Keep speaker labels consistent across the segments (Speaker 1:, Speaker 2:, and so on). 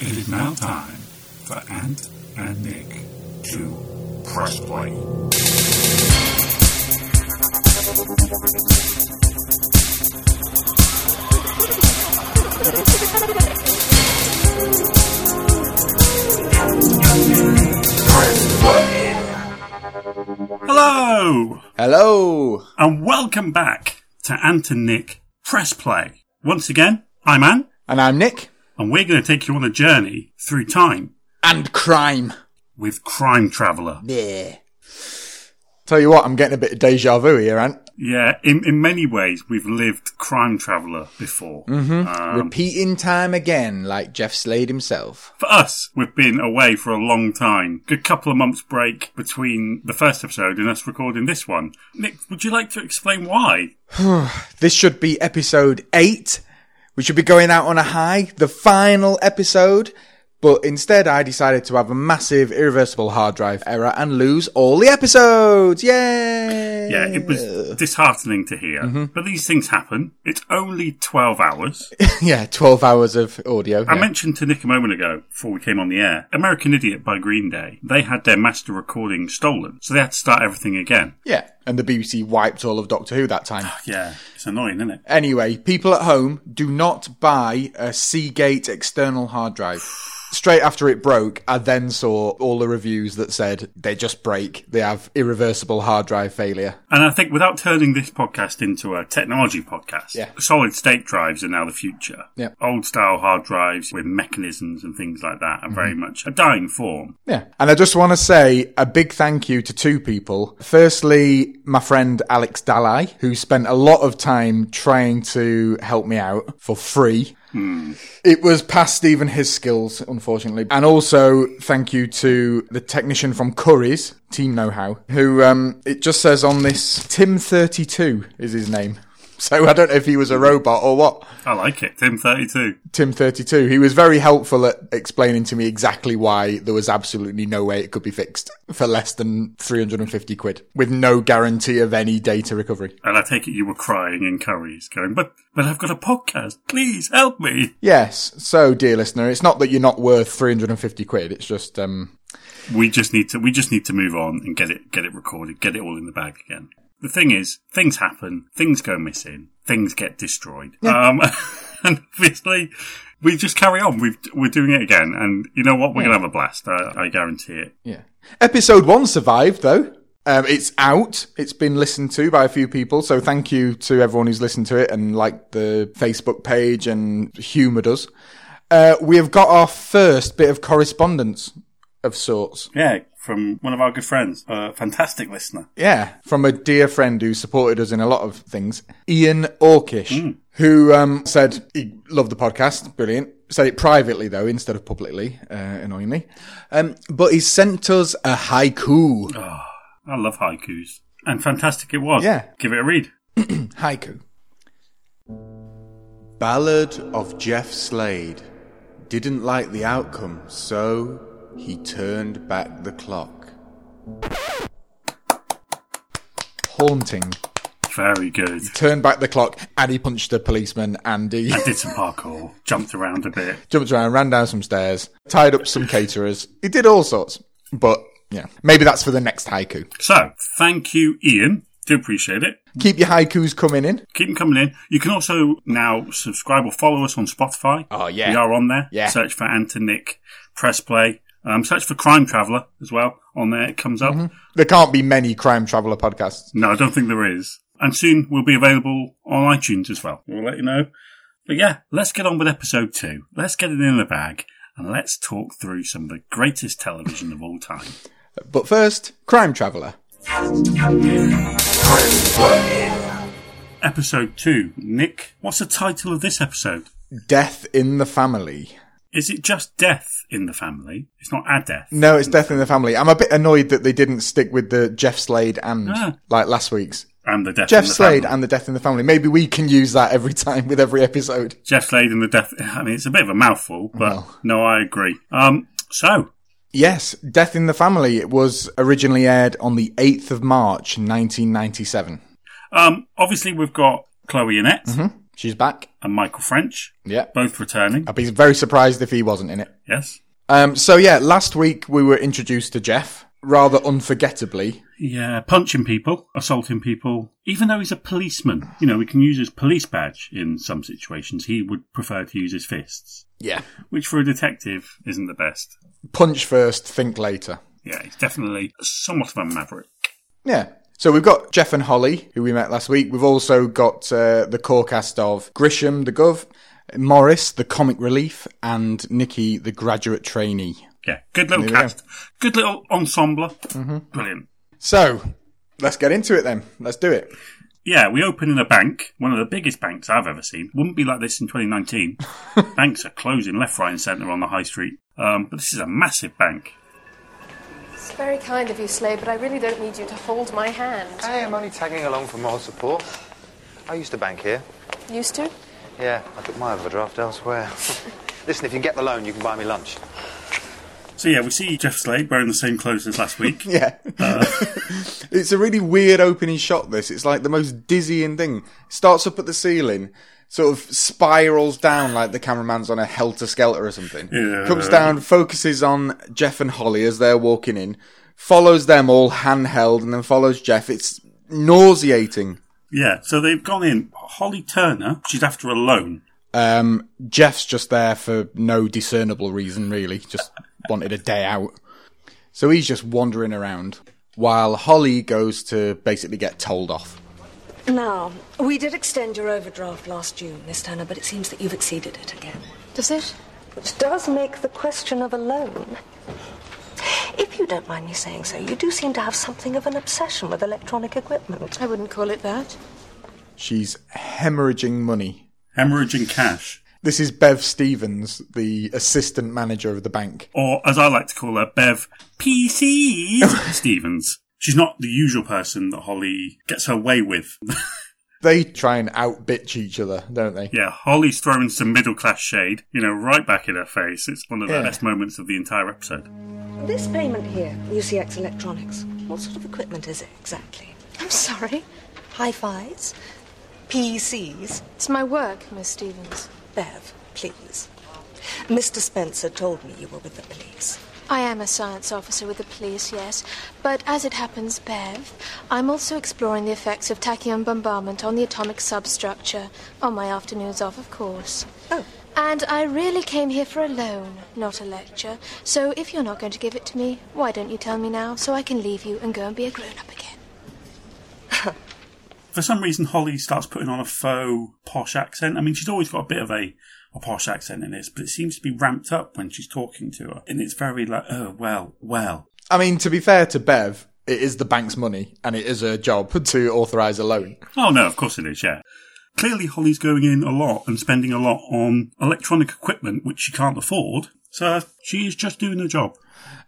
Speaker 1: It is now time for Ant and Nick to press play. Hello
Speaker 2: Hello.
Speaker 1: and welcome back to Ant and Nick Press Play. Once again, I'm Ant.
Speaker 2: And I'm Nick.
Speaker 1: and we're going to take you on a journey through time
Speaker 2: And crime.
Speaker 1: with Crime Traveller.
Speaker 2: Yeah. Tell you what, I'm getting a bit of deja vu here, Ant.
Speaker 1: Yeah, in, in many ways, we've lived Crime Traveller before.
Speaker 2: Mm-hmm.
Speaker 1: Um,
Speaker 2: Repeating time again, like Jeff Slade himself.
Speaker 1: For us, we've been away for a long time. Good couple of months break between the first episode and us recording this one. Nick, would you like to explain why?
Speaker 2: This should be episode eight. We should be going out on a high, the final episode. But instead, I decided to have a massive, irreversible hard drive error and lose all the episodes. Yay!
Speaker 1: Yeah, it was disheartening to hear,
Speaker 2: Mm-hmm.
Speaker 1: but these things happen. It's only 12 hours.
Speaker 2: yeah, 12 hours of audio.
Speaker 1: I
Speaker 2: yeah.
Speaker 1: mentioned to Nick a moment ago, before we came on the air, American Idiot by Green Day. They had their master recording stolen, so they had to start everything again.
Speaker 2: yeah. And the BBC wiped all of Doctor Who that time.
Speaker 1: Yeah, it's annoying, isn't it?
Speaker 2: Anyway, people at home do not buy a Seagate external hard drive. Straight after it broke, I then saw all the reviews that said they just break, they have irreversible hard drive failure.
Speaker 1: And I think without turning this podcast into a technology podcast,
Speaker 2: Yeah.
Speaker 1: solid state drives are now the future.
Speaker 2: Yeah.
Speaker 1: Old style hard drives with mechanisms and things like that are very
Speaker 2: Mm-hmm.
Speaker 1: much a dying form.
Speaker 2: Yeah. And I just want to say a big thank you to two people. Firstly, my friend Alex Dalai, who spent a lot of time trying to help me out for free. Hmm. It was past even his skills, unfortunately. And also, thank you to the technician from Curry's, Team Know How, who um, it just says on this Tim32 is his name. So I don't know if he was a robot or what.
Speaker 1: I like it. Tim 32.
Speaker 2: Tim32. He was very helpful at explaining to me exactly why there was absolutely no way it could be fixed for less than 350 quid with no guarantee of any data recovery.
Speaker 1: And I take it you were crying in curries, going, but, but I've got a podcast. Please help me.
Speaker 2: Yes. So, dear listener, it's not that you're not worth 350 quid. It's just, um,
Speaker 1: We just need to, we just need to move on and get it, get it recorded, get it all in the bag again. The thing is, things happen, things go missing, things get destroyed. Um, and obviously, we just carry on. We've, we're doing it again. And you know what? We're going to have a blast. I, I guarantee it.
Speaker 2: yeah. Episode one survived though. Um, it's out. It's been listened to by a few people. So thank you to everyone who's listened to it and liked the Facebook page and humoured us. Uh, we have got our first bit of correspondence of sorts.
Speaker 1: Yeah. From one of our good friends, a fantastic listener.
Speaker 2: Yeah, from a dear friend who supported us in a lot of things, Ian Orkish, who um, said he loved the podcast, brilliant. Said it privately though, instead of publicly, uh, annoyingly. Um, but he sent us a haiku.
Speaker 1: I love haikus. And fantastic it was.
Speaker 2: Yeah.
Speaker 1: Give it a read.
Speaker 2: Haiku. Ballad of Jeff Slade. Didn't like the outcome, so he turned back the clock. Haunting.
Speaker 1: Very good.
Speaker 2: turned back the clock and he punched a policeman and he
Speaker 1: Did some parkour, jumped around a bit.
Speaker 2: jumped around, ran down some stairs, tied up some caterers. He did all sorts. But yeah, maybe that's for the next haiku.
Speaker 1: So thank you, Ian. Do appreciate it.
Speaker 2: Keep your haikus coming in.
Speaker 1: keep them coming in. You can also now subscribe or follow us on Spotify.
Speaker 2: Oh, yeah.
Speaker 1: we are on there.
Speaker 2: Yeah.
Speaker 1: search for Anton Nick Press Play. Um, search for Crime Traveller as well on there. It comes up.
Speaker 2: There can't be many crime traveller podcasts.
Speaker 1: No, I don't think there is. And soon we'll be available on iTunes as well. We'll let you know. But yeah, let's get on with episode two. Let's get it in the bag and let's talk through some of the greatest television of all time.
Speaker 2: But first, crime traveller.
Speaker 1: Episode two, Nick. What's the title of this episode?
Speaker 2: Death in the family.
Speaker 1: Is it just death in the family? It's not a death.
Speaker 2: No, it's death in the family. I'm a bit annoyed that they didn't stick with the Jeff Slade and
Speaker 1: Ah.
Speaker 2: like last week's.
Speaker 1: And the death.
Speaker 2: Jeff
Speaker 1: in the
Speaker 2: Slade
Speaker 1: family.
Speaker 2: and the death in the family. Maybe we can use that every time with every episode.
Speaker 1: Jeff Slade and the Death. I mean, it's a bit of a mouthful, but
Speaker 2: Well.
Speaker 1: no, I agree. Um, so
Speaker 2: Yes, Death in the Family. It was originally aired on the 8th of March, 1997.
Speaker 1: um, obviously we've got Chloe Annette.
Speaker 2: Mm-hmm. She's back.
Speaker 1: and Michael French,
Speaker 2: Yeah.
Speaker 1: both returning.
Speaker 2: I'd be very surprised if he wasn't in it.
Speaker 1: Yes.
Speaker 2: Um, so yeah, last week we were introduced to Jeff rather unforgettably.
Speaker 1: Yeah, punching people, assaulting people. Even though he's a policeman, you know, we can use his police badge in some situations. He would prefer to use his fists,
Speaker 2: Yeah.
Speaker 1: which for a detective isn't the best.
Speaker 2: Punch first, think later.
Speaker 1: Yeah, he's definitely somewhat of a maverick.
Speaker 2: Yeah. So we've got Jeff and Holly, who we met last week. We've also got uh, the core cast of Grisham, the Gov, Morris, the comic relief, and Nikki, the graduate trainee.
Speaker 1: Yeah, good little
Speaker 2: There we go. Mm-hmm.
Speaker 1: cast, good little ensemble. Brilliant.
Speaker 2: So let's get into it then. Let's do it.
Speaker 1: Yeah, we open in a bank, one of the biggest banks I've ever seen. Wouldn't be like this in 2019. Banks are closing left, right, and centre on the high street. Um, but this is a massive bank.
Speaker 3: It's very kind of you, Slade, but I really don't need you to hold my hand.
Speaker 4: Hey, I'm only tagging along for moral support. I used to bank here.
Speaker 3: Used to?
Speaker 4: Yeah, I took my overdraft elsewhere. Listen, if you get the loan, you can buy me lunch.
Speaker 1: So yeah, we see Jeff Slade wearing the same clothes as last week.
Speaker 2: Yeah. it's a really weird opening shot, this. It's like the most dizzying thing. Starts up at the ceiling, sort of spirals down like the cameraman's on a helter skelter or something.
Speaker 1: Yeah.
Speaker 2: Comes down, focuses on Jeff and Holly as they're walking in, follows them all handheld, and then follows Jeff. It's nauseating.
Speaker 1: Yeah, so they've gone in. Holly Turner, she's after a loan.
Speaker 2: Um, Jeff's just there for no discernible reason, really. Just wanted a day out. So he's just wandering around while Holly goes to basically get told off.
Speaker 5: Now, we did extend your overdraft last June, Miss Turner, but it seems that you've exceeded it again.
Speaker 3: Does it?
Speaker 5: Which does make the question of a loan. If you don't mind me saying so, you do seem to have something of an obsession with electronic equipment.
Speaker 3: I wouldn't call it that.
Speaker 2: She's hemorrhaging money.
Speaker 1: Hemorrhaging cash,
Speaker 2: This is Bev Stevens, the assistant manager of the bank.
Speaker 1: or as I like to call her, Bev PC Stevens. She's not the usual person that Holly gets her way with.
Speaker 2: They try and outbitch each other, don't they?
Speaker 1: yeah, Holly's throwing some middle class shade, you know, right back in her face. It's one of
Speaker 2: Yeah.
Speaker 1: the best moments of the entire episode.
Speaker 5: This payment here, UCX Electronics, what sort of equipment is it exactly?
Speaker 3: I'm sorry.
Speaker 5: Hi-Fis? PCs?
Speaker 3: It's my work, Miss Stevens.
Speaker 5: Bev, please. Mr. Spencer told me you were with the police.
Speaker 3: I am a science officer with the police, yes. But as it happens, Bev, I'm also exploring the effects of tachyon bombardment on the atomic substructure. On my afternoons off, of course.
Speaker 5: Oh.
Speaker 3: And I really came here for a loan, not a lecture. So if you're not going to give it to me, why don't you tell me now so I can leave you and go and be a grown up again?
Speaker 1: For some reason, Holly starts putting on a faux posh accent. I mean, she's always got a bit of a, a posh accent in this, but it seems to be ramped up when she's talking to her. And it's very like, oh, well, well.
Speaker 2: I mean, to be fair to Bev, it is the bank's money and it is her job to authorise a loan.
Speaker 1: Oh no, of course it is, yeah. Clearly Holly's going in a lot and spending a lot on electronic equipment which she can't afford, so she is just doing her job.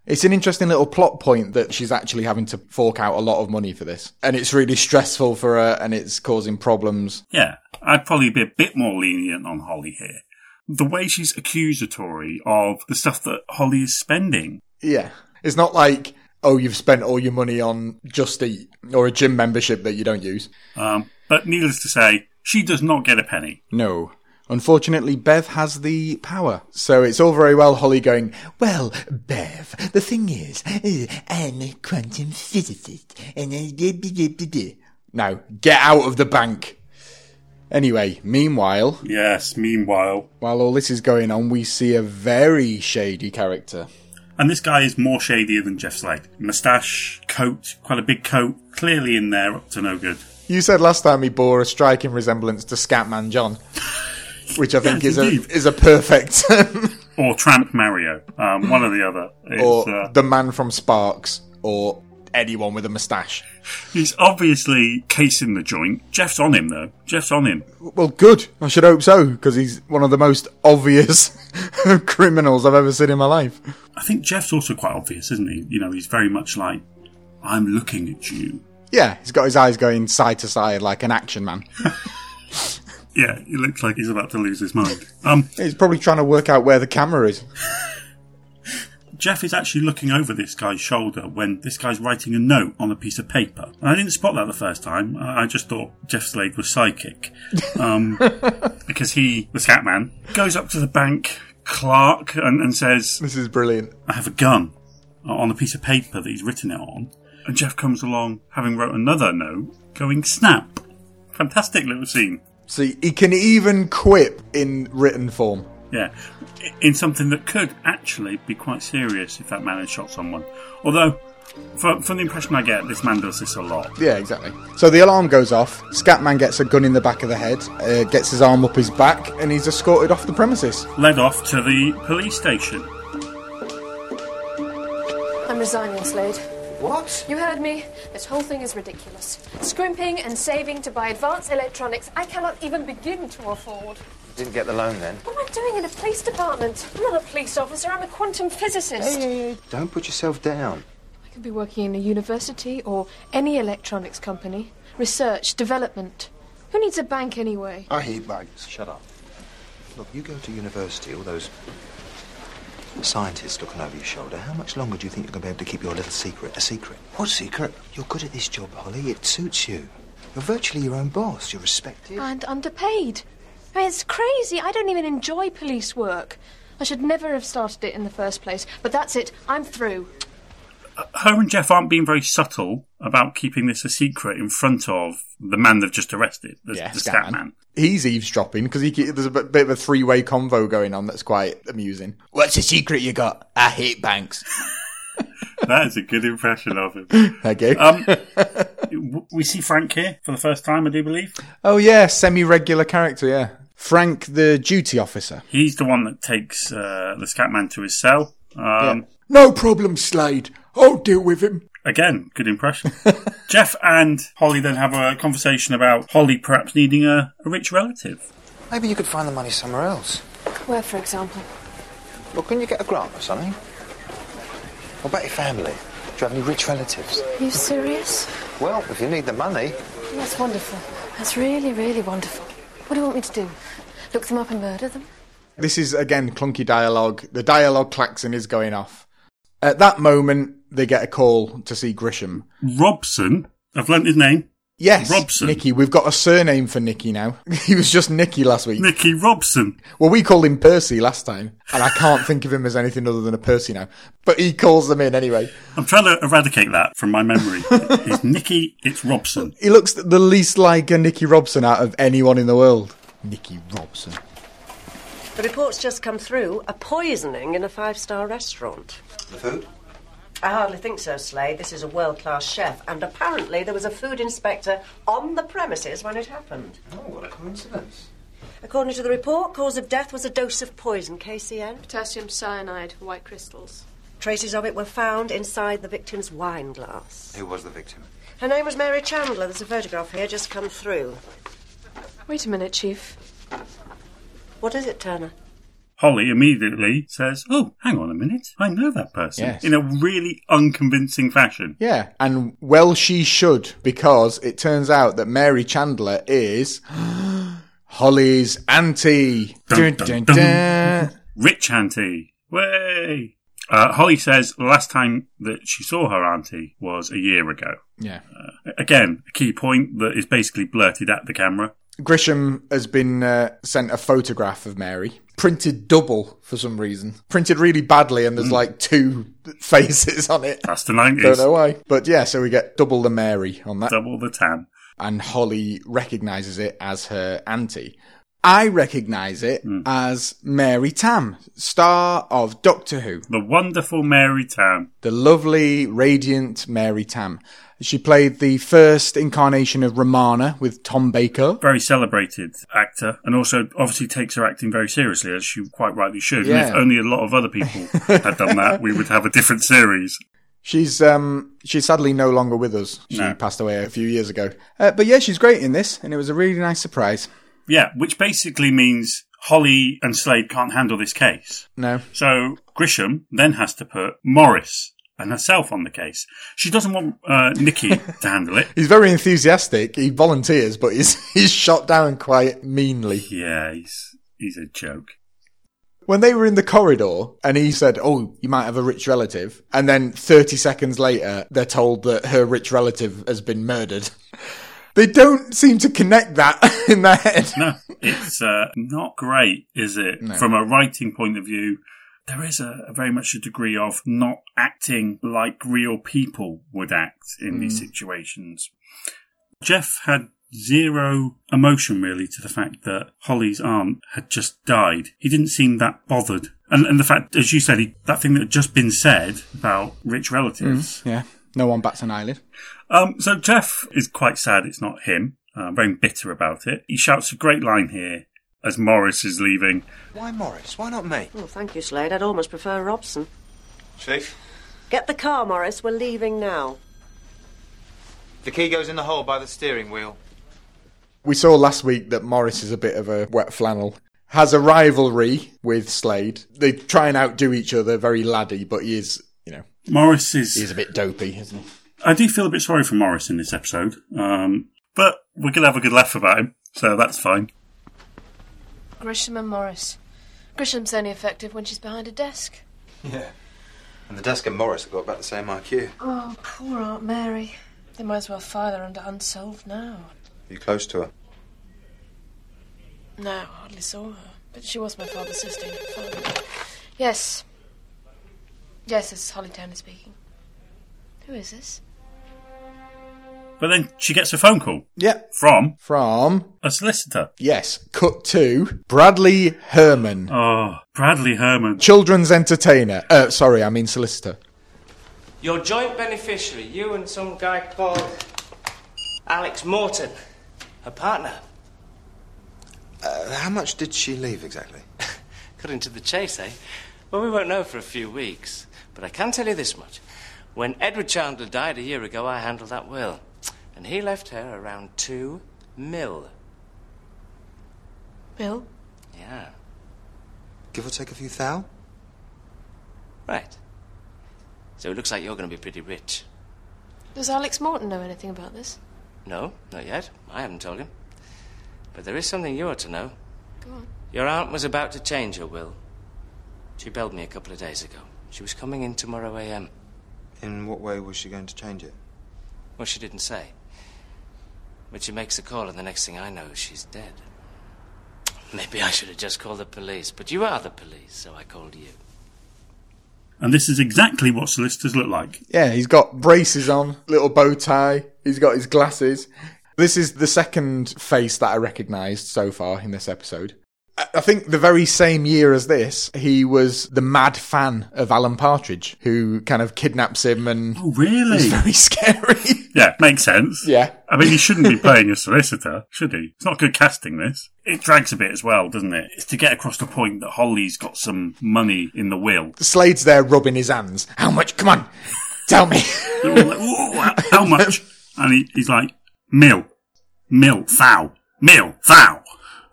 Speaker 2: It's an interesting little plot point that she's actually having to fork out a lot of money for this. And it's really stressful for her and it's causing problems.
Speaker 1: Yeah, I'd probably be a bit more lenient on Holly here. The way she's accusatory of the stuff that Holly is spending.
Speaker 2: Yeah. It's not like, oh, you've spent all your money on Just Eat or a gym membership that you don't use.
Speaker 1: Um, but needless to say, she does not get a penny.
Speaker 2: No. Unfortunately, Bev has the power. So it's all very well Holly going, Well, Bev, the thing is, eh, I'm a quantum physicist. And I did- did- did- did- did." Now, get out of the bank. Anyway, meanwhile,
Speaker 1: Yes, meanwhile.
Speaker 2: while all this is going on, we see a very shady character.
Speaker 1: And this guy is more shadier than Jeff Slade. Mustache, coat, quite a big coat, clearly in there, up to no good.
Speaker 2: You said last time he bore a striking resemblance to Scatman John, which I think
Speaker 1: Yes,
Speaker 2: is a
Speaker 1: indeed.
Speaker 2: is a perfect
Speaker 1: Or Tramp Mario, um, one or the other. It's,
Speaker 2: or
Speaker 1: uh,
Speaker 2: the man from Sparks or anyone with a moustache.
Speaker 1: He's obviously casing the joint. Jeff's on him though. Jeff's on him.
Speaker 2: Well, good. I should hope so because he's one of the most obvious criminals I've ever seen in my life.
Speaker 1: I think Jeff's also quite obvious, isn't he? You know, he's very much like, I'm looking at you.
Speaker 2: Yeah, he's got his eyes going side to side like an action man.
Speaker 1: Yeah, he looks like he's about to lose his mind. Um,
Speaker 2: He's probably trying to work out where the camera is.
Speaker 1: Jeff is actually looking over this guy's shoulder when this guy's writing a note on a piece of paper. And I didn't spot that the first time. I I just thought Jeff Slade was psychic. Um, because he, the scat man, goes up to the bank clerk and, and says,
Speaker 2: This is brilliant.
Speaker 1: I have a gun on a piece of paper that he's written it on. And Jeff comes along, having wrote another note, going, snap. Fantastic little scene.
Speaker 2: See, he can even quip in written form.
Speaker 1: Yeah, in something that could actually be quite serious if that man had shot someone. Although, from, from the impression I get, this man does this a lot.
Speaker 2: Yeah, exactly. So the alarm goes off. Scatman gets a gun in the back of the head, uh, gets his arm up his back, and he's escorted off the premises.
Speaker 1: Led off to the police station.
Speaker 3: I'm resigning, Slade.
Speaker 4: What?
Speaker 3: You heard me. This whole thing is ridiculous. Scrimping and saving to buy advanced electronics I cannot even begin to afford.
Speaker 4: Didn't get the loan then.
Speaker 3: What am I doing in a police department? I'm not a police officer, I'm a quantum physicist.
Speaker 4: Don't put yourself down.
Speaker 3: I could be working in a university or any electronics company. Research, development. Who needs a bank anyway?
Speaker 4: I hate banks. Shut up. Look, you go to university, all those scientists looking over your shoulder. How much longer do you think you're going to be able to keep your little secret a secret? What secret? You're good at this job, Holly. It suits you. You're virtually your own boss. You're respected.
Speaker 3: And underpaid. I mean, it's crazy. I don't even enjoy police work. I should never have started it in the first place. But that's it. I'm through.
Speaker 1: Her and Jeff aren't being very subtle about keeping this a secret in front of the man they've just arrested, the, the scat man.
Speaker 2: He's eavesdropping because he, ke- there's a bit bit of a three-way convo going on that's quite amusing. What's the secret you got? I hate banks.
Speaker 1: That is a good impression of him.
Speaker 2: Thank you.
Speaker 1: Um, w- we see Frank here for the first time, I do believe.
Speaker 2: oh yeah, semi-regular character. Yeah, Frank, the duty officer.
Speaker 1: He's the one that takes uh, the scat man to his cell. Um,
Speaker 2: Yeah. No problem, Slade. I'll deal with him.
Speaker 1: Again, good impression. Jeff and Holly then have a conversation about Holly perhaps needing a, a rich relative.
Speaker 4: Maybe you could find the money somewhere else.
Speaker 3: Where, for example?
Speaker 4: Well, couldn't you get a grant or something? What about your family? Do you have any rich relatives?
Speaker 3: Are you serious?
Speaker 4: Well, if you need the money,
Speaker 3: That's wonderful. That's really, really wonderful. What do you want me to do? Look them up and murder them?
Speaker 2: This is again clunky dialogue. The dialogue klaxon is going off. At that moment, they get a call to see Grisham.
Speaker 1: Robson, I've learnt his name,
Speaker 2: Yes,
Speaker 1: Robson.
Speaker 2: Nicky. We've got a surname for Nicky now. he was just Nicky last week.
Speaker 1: Nicky Robson.
Speaker 2: Well, we called him Percy last time, and I can't think of him as anything other than a Percy now. But he calls them in anyway.
Speaker 1: I'm trying to eradicate that from my memory. it's Nicky, it's Robson.
Speaker 2: He looks the least like a Nicky Robson out of anyone in the world. Nicky Robson.
Speaker 6: The report's just come through a poisoning in a five star restaurant.
Speaker 4: the food.
Speaker 6: I hardly think so, Slade. This is a world class chef, and apparently there was a food inspector on the premises when it happened.
Speaker 4: Oh, what a coincidence!
Speaker 6: According to the report, cause of death was a dose of poison, KCN.
Speaker 3: Potassium cyanide, white crystals.
Speaker 6: Traces of it were found inside the victim's wine glass.
Speaker 4: Who was the victim?
Speaker 6: Her name was Mary Chandler. There's a photograph here just come through.
Speaker 3: Wait a minute, Chief.
Speaker 6: What is it, Turner?
Speaker 1: Holly immediately says, Oh, hang on a minute. I know that person.
Speaker 2: Yes.
Speaker 1: In a really unconvincing fashion.
Speaker 2: Yeah, and well, she should, because it turns out that Mary Chandler is Holly's auntie.
Speaker 1: Dun, dun,
Speaker 2: Dun, dun,
Speaker 1: dun.
Speaker 2: dun.
Speaker 1: Rich auntie. Way. Uh, Holly says last time that she saw her auntie was a year ago. Uh,
Speaker 2: Yeah.
Speaker 1: Again, a key point that is basically blurted at the camera.
Speaker 2: Grisham has been uh, sent a photograph of Mary, printed double for some reason, printed really badly, and there's like two faces on it.
Speaker 1: Hmm. That's the
Speaker 2: Don't
Speaker 1: 90s.
Speaker 2: know why, but yeah. So we get double the Mary on that,
Speaker 1: Double the tan.
Speaker 2: and Holly recognizes it as her auntie. I recognize it
Speaker 1: Hmm.
Speaker 2: as Mary Tam, star of Doctor Who,
Speaker 1: The wonderful Mary Tam.
Speaker 2: the lovely, radiant Mary Tam. She played the first incarnation of Romana with Tom Baker.
Speaker 1: Very celebrated actor, and also obviously takes her acting very seriously, as she quite rightly should. And if
Speaker 2: Yeah.
Speaker 1: only a lot of other people had done that, we would have a different series.
Speaker 2: She's um she's sadly no longer with us. She
Speaker 1: No.
Speaker 2: passed away a few years ago. Uh, but yeah, she's great in this, and it was a really nice surprise.
Speaker 1: Yeah, which basically means Holly and Slade can't handle this case.
Speaker 2: No,
Speaker 1: So Grisham then has to put Morris and herself on the case. She doesn't want uh, Nikki to handle it.
Speaker 2: he's very enthusiastic. He volunteers, but he's he's shot down quite meanly.
Speaker 1: Yeah, he's, he's a joke.
Speaker 2: when they were in the corridor and he said, Oh, you might have a rich relative. And then 30 seconds later, they're told that her rich relative has been murdered. They don't seem to connect that in their head.
Speaker 1: No, it's uh, not great, is it? From a writing point of view, there is a, a very much a degree of not acting like real people would act in these situations. Jeff had zero emotion really to the fact that Holly's aunt had just died. He didn't seem that bothered. And, and the fact, as you said, he, that thing that had just been said about rich relatives,
Speaker 2: Hmm, Yeah. No one bats an eyelid.
Speaker 1: um, so Jeff is quite sad it's not him, uh, very bitter about it. He shouts a great line here as Morris is leaving.
Speaker 4: Why Morris? Why not me?
Speaker 6: Oh, thank you, Slade. I'd almost prefer Robson.
Speaker 4: Chief,
Speaker 6: Get the car, Morris. We're leaving now.
Speaker 4: the key goes in the hole by the steering wheel.
Speaker 2: We saw last week that Morris is a bit of a wet flannel. Has a rivalry with Slade. They try and outdo each other, very laddie, but he is, you know,
Speaker 1: Morris is.
Speaker 2: he is a bit dopey, isn't he?
Speaker 1: I do feel a bit sorry for Morris in this episode, um, but we're going to have a good laugh about him, so that's fine.
Speaker 3: Grisham and Morris. Grisham's only effective when she's behind a desk.
Speaker 4: Yeah. And the desk and Morris have got about the same IQ.
Speaker 3: Oh, poor Aunt Mary. They might as well file her under unsolved now.
Speaker 4: You close to her?
Speaker 3: No, I hardly saw her. But she was my father's sister. and father. Yes. Yes, this is Holly Turner speaking. Who is this?
Speaker 1: But then she gets a phone call
Speaker 2: Yep.
Speaker 1: from
Speaker 2: From,
Speaker 1: a solicitor.
Speaker 2: yes, cut to Bradley Herman,
Speaker 1: Oh, Bradley Herman.
Speaker 2: children's entertainer. Uh, sorry, I mean solicitor.
Speaker 7: Your joint beneficiary, you and some guy called Alex Morton, her partner.
Speaker 4: Uh, how much did she leave exactly?
Speaker 7: Cutting to the chase, eh? Well, we won't know for a few weeks, but I can tell you this much. When Edward Chandler died a year ago, I handled that will, and he left her around two mil.
Speaker 3: Bill?
Speaker 7: Yeah,
Speaker 4: Give or take a few thou?
Speaker 7: right. So it looks like you're going to be pretty rich.
Speaker 3: Does Alex Morton know anything about this?
Speaker 7: No, not yet. I haven't told him. But there is something you ought to know.
Speaker 3: Go on.
Speaker 7: Your aunt was about to change her will. She belled me a couple of days ago. She was coming in tomorrow AM.
Speaker 4: In what way was she going to change it?
Speaker 7: Well, she didn't say. But she makes a call, and the next thing I know, she's dead. Maybe I should have just called the police, but you are the police, so I called you.
Speaker 1: And this is exactly what solicitors look like.
Speaker 2: Yeah, he's got braces on, little bow tie, he's got his glasses. This is the second face that I recognised so far in this episode. I I think the very same year as this, he was the mad fan of Alan Partridge, who kind of kidnaps him and
Speaker 1: Oh, really?
Speaker 2: is very scary.
Speaker 1: Yeah, makes sense.
Speaker 2: Yeah.
Speaker 1: I mean, he shouldn't be playing a solicitor, should he? It's not good casting, this. It drags a bit as well, doesn't it? It's to get across the point that Holly's got some money in the will.
Speaker 2: Slade's there rubbing his hands. How much? Come on, tell me.
Speaker 1: They're all like, "Whoa, how- how much? And he, he's like, mil, mil, foul, mil, foul.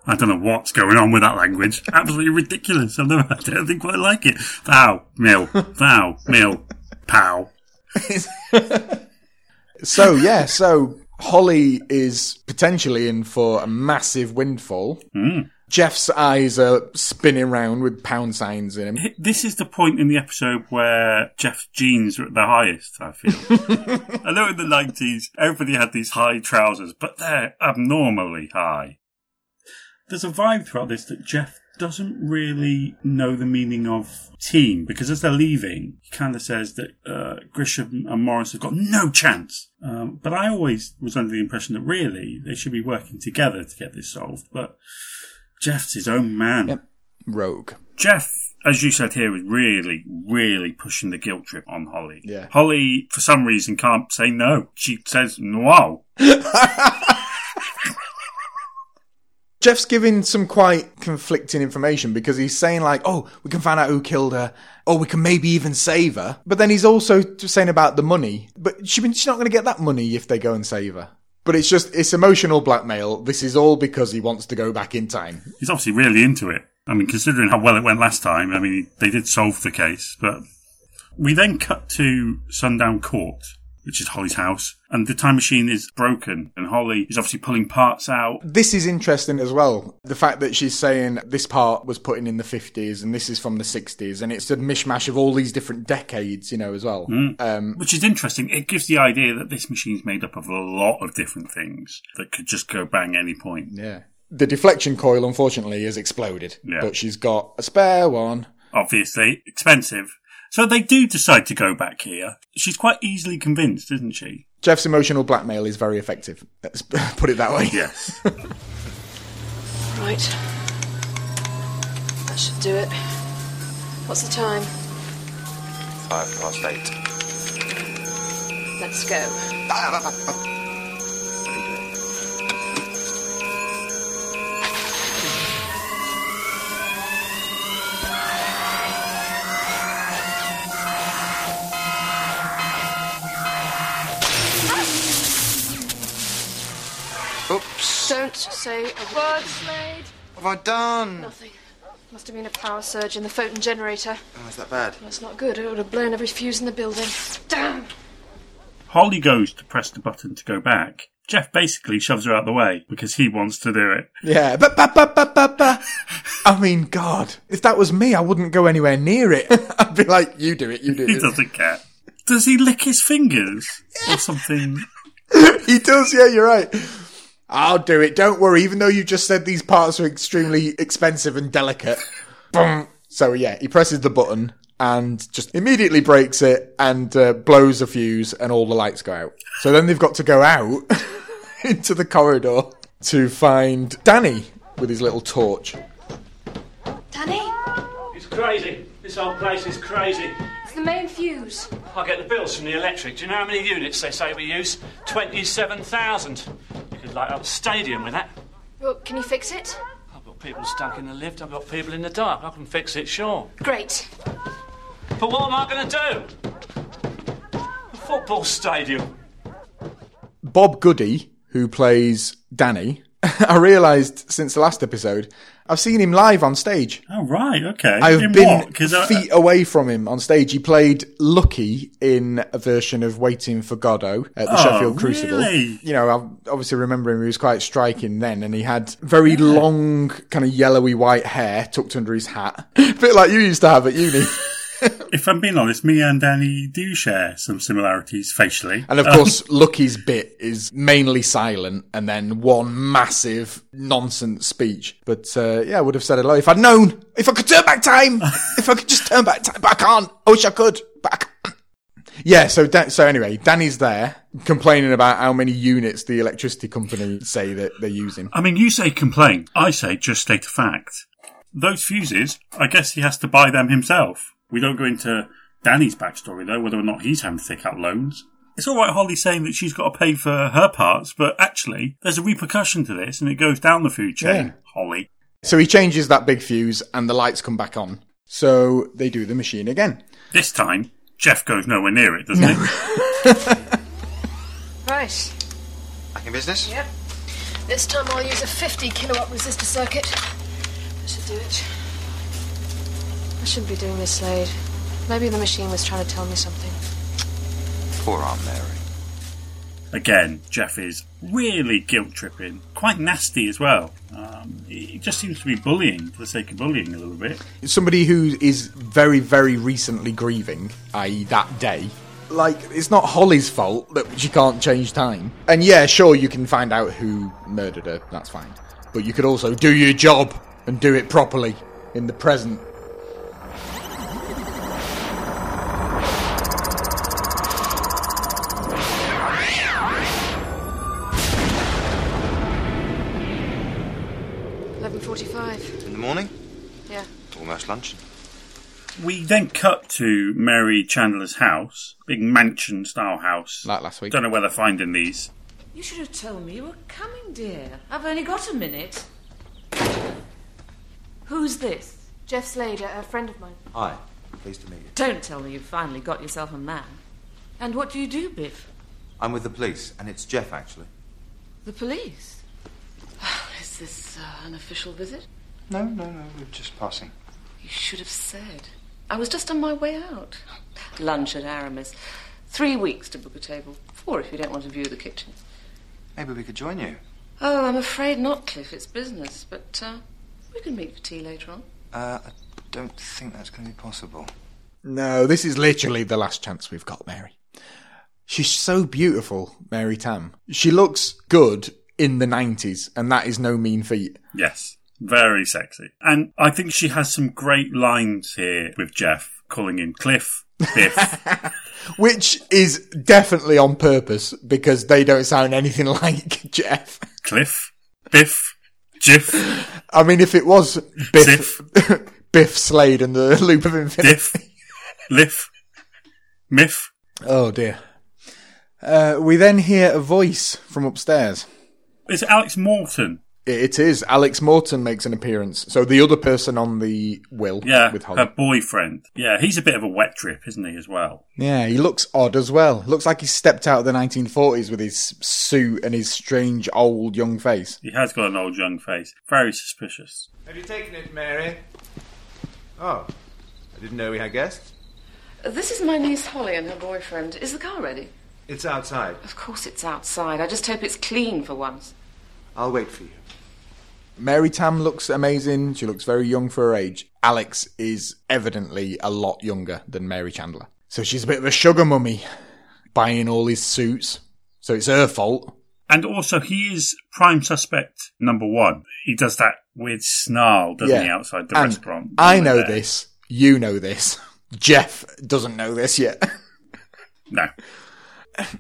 Speaker 1: I don't know what's going on with that language. Absolutely ridiculous. I've never had anything quite like it. Foul, mil, foul, mil, pow.
Speaker 2: so yeah, so Holly is potentially in for a massive windfall.
Speaker 1: Hmm.
Speaker 2: Jeff's eyes are spinning round with pound signs in him.
Speaker 1: This is the point in the episode where Jeff's jeans were at their highest, I feel. I know in the 90s, everybody had these high trousers, but they're abnormally high. There's a vibe throughout this that Jeff doesn't really know the meaning of team because as they're leaving, he kind of says that uh, Grisham and Morris have got no chance. Um, but I always was under the impression that really they should be working together to get this solved. But Jeff's his own man.
Speaker 2: Rogue.
Speaker 1: Jeff, as you said here, is really, really pushing the guilt trip on Holly.
Speaker 2: Yeah.
Speaker 1: Holly, for some reason, can't say no. She says no.
Speaker 2: Jeff's giving some quite conflicting information because he's saying like, "Oh, we can find out who killed her. Oh, we can maybe even save her." But then he's also t- saying about the money. But she, she's not going to get that money if they go and save her. But it's just it's emotional blackmail. This is all because he wants to go back in time.
Speaker 1: He's obviously really into it. I mean, considering how well it went last time, I mean, they did solve the case, but we then cut to Sundown Court. which is Holly's house. And the time machine is broken, and Holly is obviously pulling parts out.
Speaker 2: This is interesting as well. The fact that she's saying this part was put in in the 50s and this is from the 60s, and it's a mishmash of all these different decades, you know, as well. Um,
Speaker 1: Which is interesting. It gives the idea that this machine's made up of a lot of different things that could just go bang any point.
Speaker 2: yeah. The deflection coil, unfortunately, has exploded,
Speaker 1: Yeah.
Speaker 2: but she's got a spare one.
Speaker 1: Obviously, expensive. So they do decide to go back here. She's quite easily convinced, isn't she?
Speaker 2: Jeff's emotional blackmail is very effective. Let's put it that way.
Speaker 1: Yes.
Speaker 8: Right. That should do it. What's the time?
Speaker 4: Five past eight.
Speaker 8: Let's go.
Speaker 4: Oops.
Speaker 3: Don't say a word, Slade.
Speaker 4: What have I done?
Speaker 3: Nothing. Must have been a power surge in the photon generator.
Speaker 4: Oh, is that bad?
Speaker 3: That's not good. It would have blown every fuse in the building. Damn!
Speaker 1: Holly goes to press the button to go back. Jeff basically shoves her out the way because he wants to do it.
Speaker 2: Yeah. Ba, ba, ba, ba, ba, ba. I mean, God, if that was me, I wouldn't go anywhere near it. I'd be like, you do it, you do
Speaker 1: He
Speaker 2: it.
Speaker 1: doesn't care. Does he lick his fingers or something?
Speaker 2: He does, yeah, you're right. I'll do it, don't worry, even though you just said these parts are extremely expensive and delicate. Boom. So, yeah, he presses the button and just immediately breaks it and uh, blows a fuse, and all the lights go out. So then they've got to go out into the corridor to find Danny with his little torch.
Speaker 3: Danny?
Speaker 9: It's crazy. This whole place is crazy.
Speaker 3: It's the main fuse.
Speaker 9: I get the bills from the electric. Do you know how many units they say we use? 27,000. You could light up a stadium with that.
Speaker 3: Well, can you fix it?
Speaker 9: I've got people stuck in the lift, I've got people in the dark. I can fix it, sure.
Speaker 3: Great.
Speaker 9: But what am I going to do? A football stadium.
Speaker 2: Bob Goody, who plays Danny, I realised since the last episode, I've seen him live on stage.
Speaker 1: Oh, right, okay. In
Speaker 2: I've been
Speaker 1: what? 'Cause I-
Speaker 2: feet away from him on stage. He played Lucky in a version of Waiting for Godot at the
Speaker 1: Oh,
Speaker 2: Sheffield Crucible.
Speaker 1: really?
Speaker 2: You know, I obviously remember him. He was quite striking then, and he had very long, kind of yellowy white hair tucked under his hat, bit like you used to have at uni.
Speaker 1: if I'm being honest, me and Danny do share some similarities facially. Um,
Speaker 2: And of course, Lucky's bit is mainly silent and then one massive nonsense speech. But uh, yeah, I would have said hello if I'd known. If I could turn back time. if I could just turn back time. But I can't. I wish I could. But I can't. Yeah, so Dan- so anyway, Danny's there complaining about how many units the electricity company say that they're using.
Speaker 1: I mean, you say complain. I say just state a fact. Those fuses, I guess he has to buy them himself. We don't go into Danny's backstory, though, whether or not he's having to take out loans. It's all right, Holly saying that she's got to pay for her parts, but actually, there's a repercussion to this, and it goes down the food chain.
Speaker 2: Yeah.
Speaker 1: Holly,
Speaker 2: So he changes that big fuse and the lights come back on. So they do the machine again.
Speaker 1: this time, Jeff goes nowhere near it, doesn't he?
Speaker 8: Right.
Speaker 4: Back in business?
Speaker 8: Yep. This time I'll use a 50 kilowatt resistor circuit. That should do it.
Speaker 3: I shouldn't be doing this, Slade. Maybe the machine was trying to tell me something.
Speaker 4: Poor Aunt Mary.
Speaker 1: Again, Jeff is really guilt tripping, quite nasty as well. Um, he just seems to be bullying for the sake of bullying a little bit.
Speaker 2: somebody who is very, very recently grieving, i.e., that day. Like, it's not Holly's fault that she can't change time. And yeah, sure, you can find out who murdered her, that's fine. But you could also do your job and do it properly in the present.
Speaker 3: Eleven forty-five.
Speaker 4: In the morning?
Speaker 3: Yeah.
Speaker 4: Almost lunch.
Speaker 1: We then cut to Mary Chandler's house, big mansion style house.
Speaker 2: Like last week.
Speaker 1: Don't know where they're finding these.
Speaker 10: You should have told me you were coming, dear. I've only got a minute. Who's this?
Speaker 3: Jeff Slade, a a friend of mine.
Speaker 4: Hi. Pleased to meet you.
Speaker 10: Don't tell me you've finally got yourself a man. And what do you do, Biff?
Speaker 4: I'm with the police, and it's Jeff, actually.
Speaker 10: The police? Is this uh, an official visit?
Speaker 4: No, no, no, we're just passing.
Speaker 10: You should have said. I was just on my way out. Lunch at Aramis. Three weeks to book a table. Four if you don't want to view the kitchen.
Speaker 4: Maybe we could join you.
Speaker 10: Oh, I'm afraid not, Cliff. It's business, but uh, we can meet for tea later on.
Speaker 4: Uh, I don't think that's going to be possible.
Speaker 2: No, this is literally the last chance we've got, Mary. She's so beautiful, Mary Tam. She looks good in the 90s, and that is no mean feat.
Speaker 1: Yes. Very sexy. And I think she has some great lines here with Jeff, calling him Cliff, Biff.
Speaker 2: Which is definitely on purpose because they don't sound anything like Jeff.
Speaker 1: Cliff, Biff, Jiff,
Speaker 2: I mean, if it was Biff, Biff Slade and the Loop of Infinity.
Speaker 1: Diff, Liff, Miff.
Speaker 2: Oh dear. Uh, we then hear a voice from upstairs.
Speaker 1: It's Alex Morton.
Speaker 2: It is. Alex Morton makes an appearance. So the other person on the will
Speaker 1: Yeah,
Speaker 2: with Holly.
Speaker 1: her boyfriend. Yeah, he's a bit of a wet trip, isn't he, as well?
Speaker 2: Yeah, he looks odd as well. Looks like he stepped out of the 1940s with his suit and his strange old young face.
Speaker 1: He has got an old young face. Very suspicious.
Speaker 11: Have you taken it, Mary? Oh, I didn't know we had guests.
Speaker 10: Uh, This is my niece Holly and her boyfriend. Is the car ready?
Speaker 11: It's outside.
Speaker 10: Of course it's outside. I just hope it's clean for once.
Speaker 11: I'll wait for you.
Speaker 2: Mary Tam looks amazing. She looks very young for her age. Alex is evidently a lot younger than Mary Chandler. So she's a bit of a sugar mummy, buying all his suits. So it's her fault.
Speaker 1: And also, he is prime suspect number one. He does that weird snarl, doesn't he, outside the
Speaker 2: and
Speaker 1: restaurant?
Speaker 2: I
Speaker 1: when
Speaker 2: know
Speaker 1: they're there.
Speaker 2: this. You know this. Jeff doesn't know this yet.
Speaker 1: No.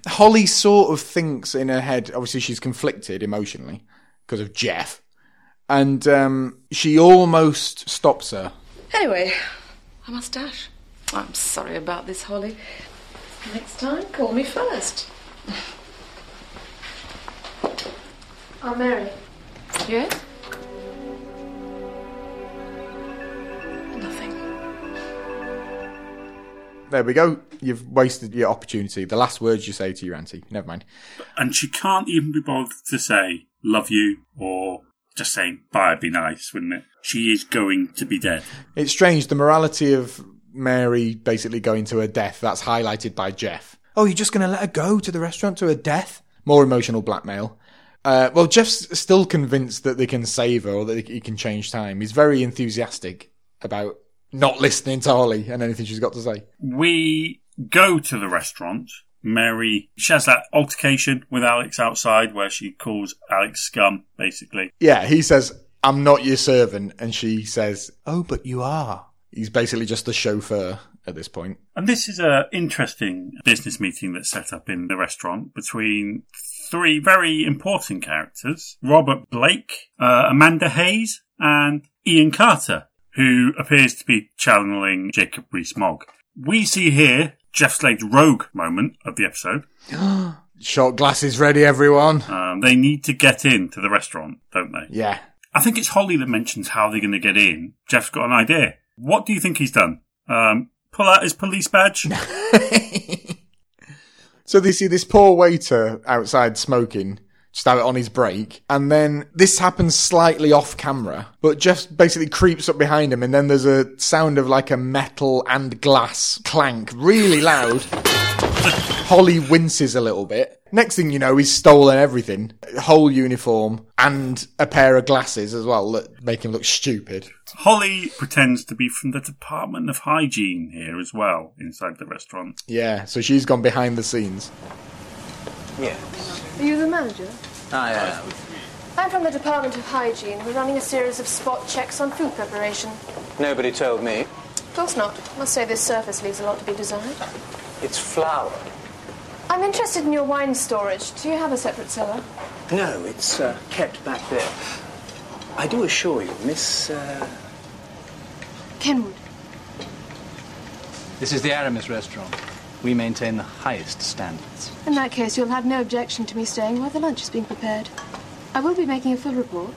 Speaker 2: Holly sort of thinks in her head, obviously, she's conflicted emotionally because of Jeff. And um, she almost stops her.
Speaker 10: Anyway, I must dash. I'm sorry about this, Holly. Next time, call me first.
Speaker 3: Oh, Mary.
Speaker 10: Yes?
Speaker 2: There we go. You've wasted your opportunity. The last words you say to your auntie. Never mind.
Speaker 1: And she can't even be bothered to say, love you, or just saying, bye, would be nice, wouldn't it? She is going to be dead.
Speaker 2: It's strange. The morality of Mary basically going to her death, that's highlighted by Jeff. Oh, you're just going to let her go to the restaurant to her death? More emotional blackmail. Uh, well, Jeff's still convinced that they can save her or that he can change time. He's very enthusiastic about not listening to Holly and anything she's got to say.
Speaker 1: We go to the restaurant. Mary, she has that altercation with Alex outside where she calls Alex scum, basically.
Speaker 2: Yeah, he says, I'm not your servant. And she says, Oh, but you are. He's basically just the chauffeur at this point.
Speaker 1: And this is a interesting business meeting that's set up in the restaurant between three very important characters: Robert Blake, uh, Amanda Hayes, and Ian Carter, who appears to be channeling Jacob Rees-Mogg. We see here Jeff Slade's rogue moment of the episode.
Speaker 2: Shot glasses ready, everyone.
Speaker 1: Um, they need to get into the restaurant, don't they?
Speaker 2: Yeah.
Speaker 1: I think it's Holly that mentions how they're going to get in. Jeff's got an idea. What do you think he's done? Um, pull out his police badge.
Speaker 2: So they see this poor waiter outside smoking, just out on his break, and then this happens slightly off camera, but Jeff basically creeps up behind him, and then there's a sound of like a metal and glass clank, really loud. Holly winces a little bit. Next thing you know, he's stolen everything. A whole uniform and a pair of glasses as well that make him look stupid.
Speaker 1: Holly pretends to be from the Department of Hygiene here as well, inside the restaurant.
Speaker 2: Yeah, so she's gone behind the scenes.
Speaker 11: Yeah.
Speaker 3: Are you the manager?
Speaker 11: Ah, yeah.
Speaker 3: I'm from the Department of Hygiene. We're running a series of spot checks on food preparation.
Speaker 11: Nobody told me.
Speaker 3: Of course not. Must say this surface leaves a lot to be desired.
Speaker 11: It's flour.
Speaker 3: I'm interested in your wine storage. Do you have a separate cellar?
Speaker 11: No, it's uh, kept back there. I do assure you, Miss. Uh...
Speaker 3: Kenwood.
Speaker 12: This is the Aramis restaurant. We maintain the highest standards.
Speaker 3: In that case, you'll have no objection to me staying while the lunch is being prepared. I will be making a full report.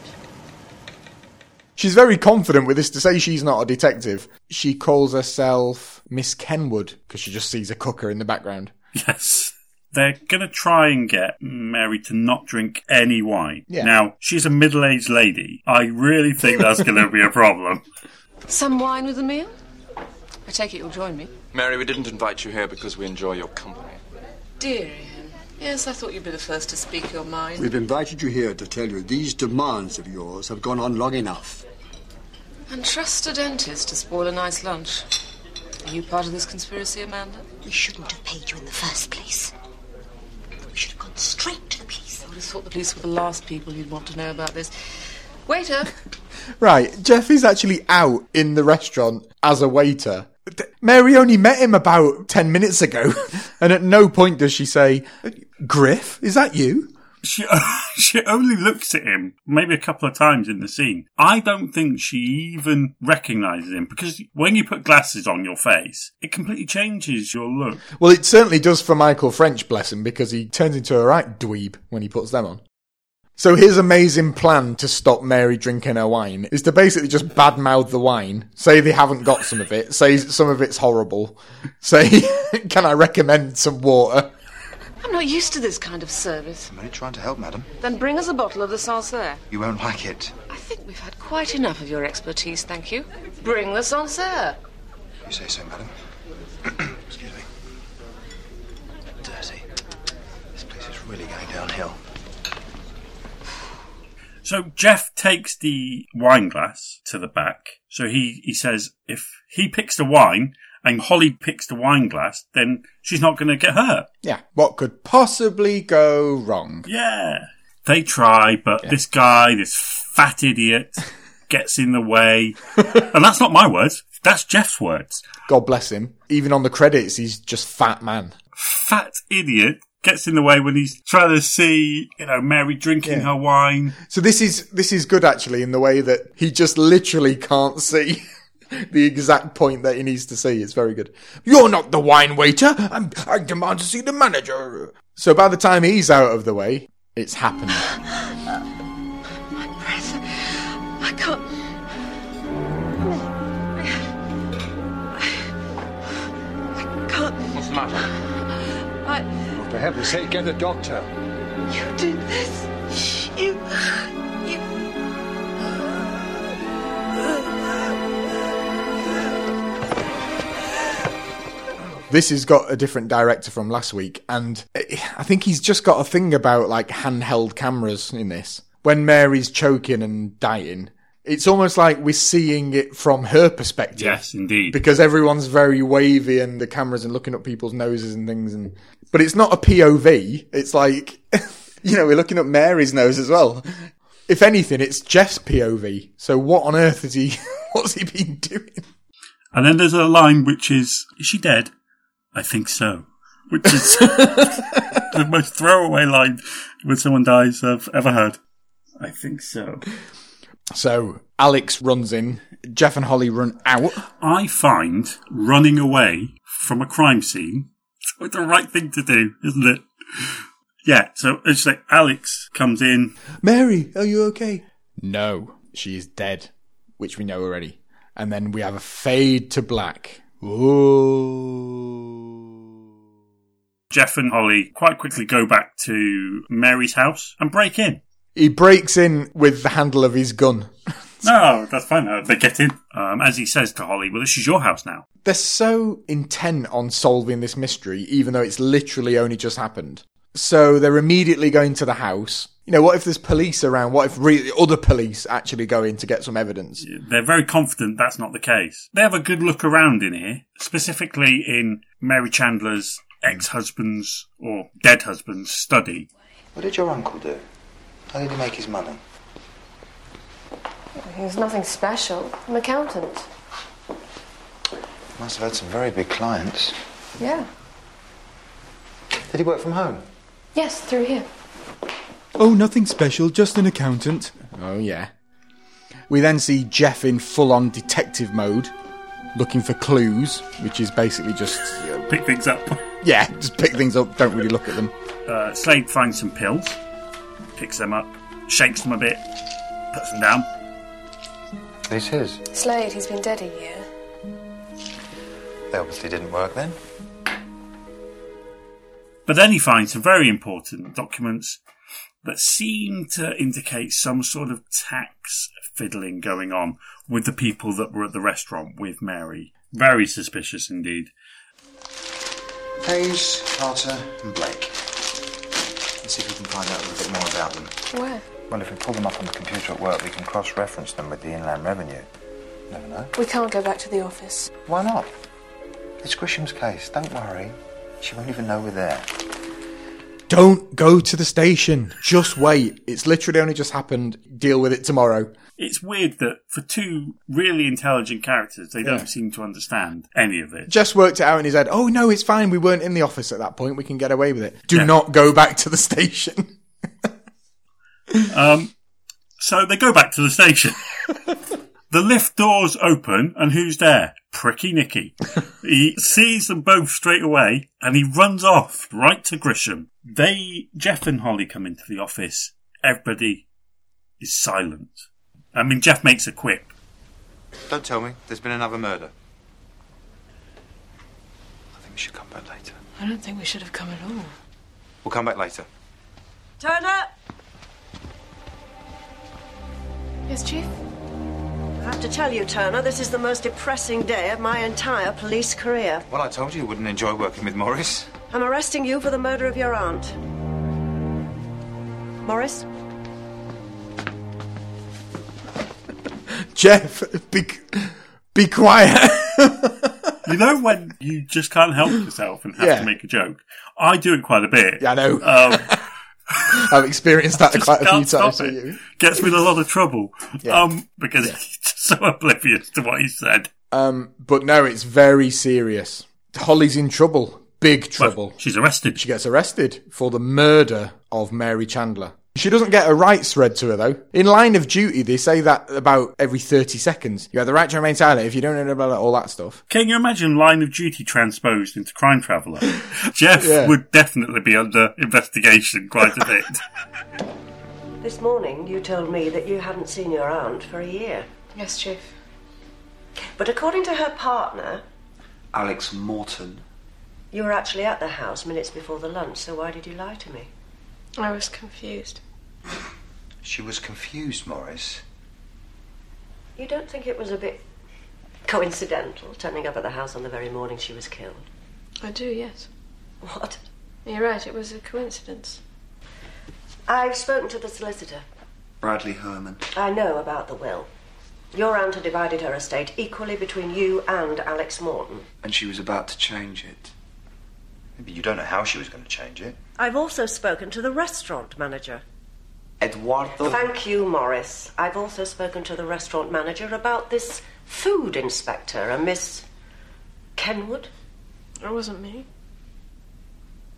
Speaker 2: She's very confident with this to say she's not a detective. She calls herself Miss Kenwood because she just sees a cooker in the background.
Speaker 1: Yes. They're going to try and get Mary to not drink any wine.
Speaker 2: Yeah.
Speaker 1: Now, she's a middle aged lady. I really think that's going to be a problem.
Speaker 10: Some wine with a meal? I take it you'll join me.
Speaker 13: Mary, we didn't invite you here because we enjoy your company.
Speaker 10: dearie. Yes, I thought you'd be the first to speak your mind.
Speaker 13: We've invited you here to tell you these demands of yours have gone on long enough.
Speaker 10: And trust a dentist to spoil a nice lunch. Are you part of this conspiracy, Amanda?
Speaker 14: We shouldn't have paid you in the first place. We should have gone straight to the police.
Speaker 10: I would have thought the police were the last people you'd want to know about this. Waiter!
Speaker 2: Right, Jeff is actually out in the restaurant as a waiter. D- Mary only met him about 10 minutes ago, and at no point does she say, Griff, is that you?
Speaker 1: She, she only looks at him maybe a couple of times in the scene. I don't think she even recognises him because when you put glasses on your face, it completely changes your look.
Speaker 2: Well, it certainly does for Michael French, bless him, because he turns into a right dweeb when he puts them on. So his amazing plan to stop Mary drinking her wine is to basically just badmouth the wine, say they haven't got some of it, say some of it's horrible, say, can I recommend some water?
Speaker 10: I'm not used to this kind of service.
Speaker 4: I'm only trying to help, madam.
Speaker 10: Then bring us a bottle of the Sancerre.
Speaker 4: You won't like it.
Speaker 10: I think we've had quite enough of your expertise, thank you. Bring the Sancerre.
Speaker 4: You say so, madam. Excuse me. Dirty. This place is really going downhill.
Speaker 1: So Jeff takes the wine glass to the back. So he, he says if he picks the wine and Holly picks the wine glass, then she's not going to get hurt.
Speaker 2: Yeah. What could possibly go wrong?
Speaker 1: Yeah. They try, but this guy, this fat idiot, gets in the way. and that's not my words. That's Jeff's words.
Speaker 2: God bless him. Even on the credits, he's just fat man.
Speaker 1: Fat idiot gets in the way when he's trying to see, you know, Mary drinking
Speaker 2: Yeah.
Speaker 1: her wine.
Speaker 2: So this is this is good actually in the way that he just literally can't see the exact point that he needs to see. It's very good. You're not the wine waiter. I'm, I demand to see the manager. So by the time he's out of the way, it's happened.
Speaker 8: I can't. I can't.
Speaker 11: What's the matter?
Speaker 8: I.
Speaker 13: For heaven's sake, get a doctor.
Speaker 8: You did this. You. You.
Speaker 2: this has got a different director from last week, and I think he's just got a thing about like handheld cameras in this. When Mary's choking and dying, it's almost like we're seeing it from her perspective.
Speaker 1: Yes, indeed.
Speaker 2: Because everyone's very wavy and the cameras and looking up people's noses and things and but it's not a POV. It's like you know, we're looking up Mary's nose as well. If anything, it's Jeff's POV. So what on earth is he what's he been doing?
Speaker 1: And then there's a line which is, is she dead? I think so. Which is the most throwaway line when someone dies I've ever heard. I think so.
Speaker 2: So Alex runs in, Jeff and Holly run out.
Speaker 1: I find running away from a crime scene is the right thing to do, isn't it? Yeah, so it's like Alex comes in.
Speaker 2: Mary, are you okay? No, she is dead, which we know already. And then we have a fade to black. Ooh.
Speaker 1: Jeff and Holly quite quickly go back to Mary's house and break in.
Speaker 2: He breaks in with the handle of his gun.
Speaker 1: No, that's fine. Uh, They get in. Um, as he says to Holly, well, this is your house now.
Speaker 2: They're so intent on solving this mystery, even though it's literally only just happened. So they're immediately going to the house. You know, what if there's police around? What if really other police actually go in to get some evidence?
Speaker 1: They're very confident that's not the case. They have a good look around in here, specifically in Mary Chandler's ex husband's or dead husband's study.
Speaker 4: What did your uncle do? How did he make his money?
Speaker 8: He was nothing special. An accountant.
Speaker 4: Must have had some very big clients.
Speaker 8: Yeah.
Speaker 4: Did he work from home?
Speaker 8: Yes, through here.
Speaker 2: Oh, nothing special, just an accountant. Oh, yeah. We then see Jeff in full on detective mode, looking for clues, which is basically just.
Speaker 1: Pick things up.
Speaker 2: Yeah, just pick things up, don't really look at them.
Speaker 1: Uh, Slade finds some pills, picks them up, shakes them a bit, puts them down.
Speaker 4: These his.
Speaker 8: Slade, he's been dead a year.
Speaker 4: They obviously didn't work then.
Speaker 1: But then he finds some very important documents that seem to indicate some sort of tax fiddling going on with the people that were at the restaurant with Mary. Very suspicious indeed.
Speaker 4: Hayes, Carter, and Blake. Let's see if we can find out a little bit more about them.
Speaker 3: Where?
Speaker 4: Well, if we pull them up on the computer at work, we can cross reference them with the Inland Revenue. Never know.
Speaker 3: We can't go back to the office.
Speaker 4: Why not? It's Grisham's case. Don't worry. She won't even know we're there.
Speaker 2: Don't go to the station. Just wait. It's literally only just happened. Deal with it tomorrow.
Speaker 1: It's weird that for two really intelligent characters, they
Speaker 2: Yeah.
Speaker 1: don't seem to understand any of it.
Speaker 2: Just worked it out in his head. Oh no, it's fine. We weren't in the office at that point. We can get away with it. Do not go back to the station.
Speaker 1: Um, so they go back to the station. the lift doors open, and who's there? Pricky Nicky. he sees them both straight away, and he runs off right to Grisham. They, Jeff and Holly, come into the office. Everybody is silent. I mean, Jeff makes a quip.
Speaker 4: Don't tell me. There's been another murder. I think we should come back later.
Speaker 8: I don't think we should have come at all.
Speaker 4: We'll come back later.
Speaker 6: Turn up!
Speaker 8: Yes, Chief?
Speaker 6: I have to tell you, Turner, this is the most depressing day of my entire police career.
Speaker 4: Well, I told you you wouldn't enjoy working with Morris.
Speaker 6: I'm arresting you for the murder of your aunt. Morris?
Speaker 2: Jeff, be be quiet.
Speaker 1: you know when you just can't help yourself and have
Speaker 2: Yeah.
Speaker 1: to make a joke? I do it quite a bit. Yeah, I
Speaker 2: know.
Speaker 1: Um,
Speaker 2: I've experienced that
Speaker 1: just
Speaker 2: quite a few
Speaker 1: can't stop
Speaker 2: times.
Speaker 1: it.
Speaker 2: with you.
Speaker 1: Gets me in a lot of trouble
Speaker 2: Yeah.
Speaker 1: um, because he's just so oblivious to what he said.
Speaker 2: Um, but no, it's very serious. Holly's in trouble. Big trouble.
Speaker 1: she's arrested.
Speaker 2: She gets arrested for the murder of Mary Chandler. She doesn't get her rights read to her, though. In line of duty, they say that about every 30 seconds. You have the right to remain silent if you don't know about all that stuff.
Speaker 1: Can you imagine Line of Duty transposed into Crime Traveller? Jeff
Speaker 2: Yeah.
Speaker 1: would definitely be under investigation quite a bit.
Speaker 6: This morning you told me that you hadn't seen your aunt for a year.
Speaker 10: Yes, Chief.
Speaker 6: But according to her partner,
Speaker 4: Alex Morton.
Speaker 6: you were actually at the house minutes before the lunch, so why did you lie to me?
Speaker 10: I was confused.
Speaker 4: She was confused, Morris.
Speaker 6: You don't think it was a bit coincidental turning up at the house on the very morning she was killed?
Speaker 10: I do, yes.
Speaker 6: What?
Speaker 10: You're right, it was a coincidence.
Speaker 6: I've spoken to the solicitor.
Speaker 4: Bradley Herman.
Speaker 6: I know about the will. Your aunt had divided her estate equally between you and Alex Morton.
Speaker 4: And she was about to change it. Maybe you don't know how she was going to change it.
Speaker 6: I've also spoken to the restaurant manager.
Speaker 4: Eduardo.
Speaker 6: Thank you, Morris. I've also spoken to the restaurant manager about this food inspector, a Miss Kenwood.
Speaker 10: It wasn't me.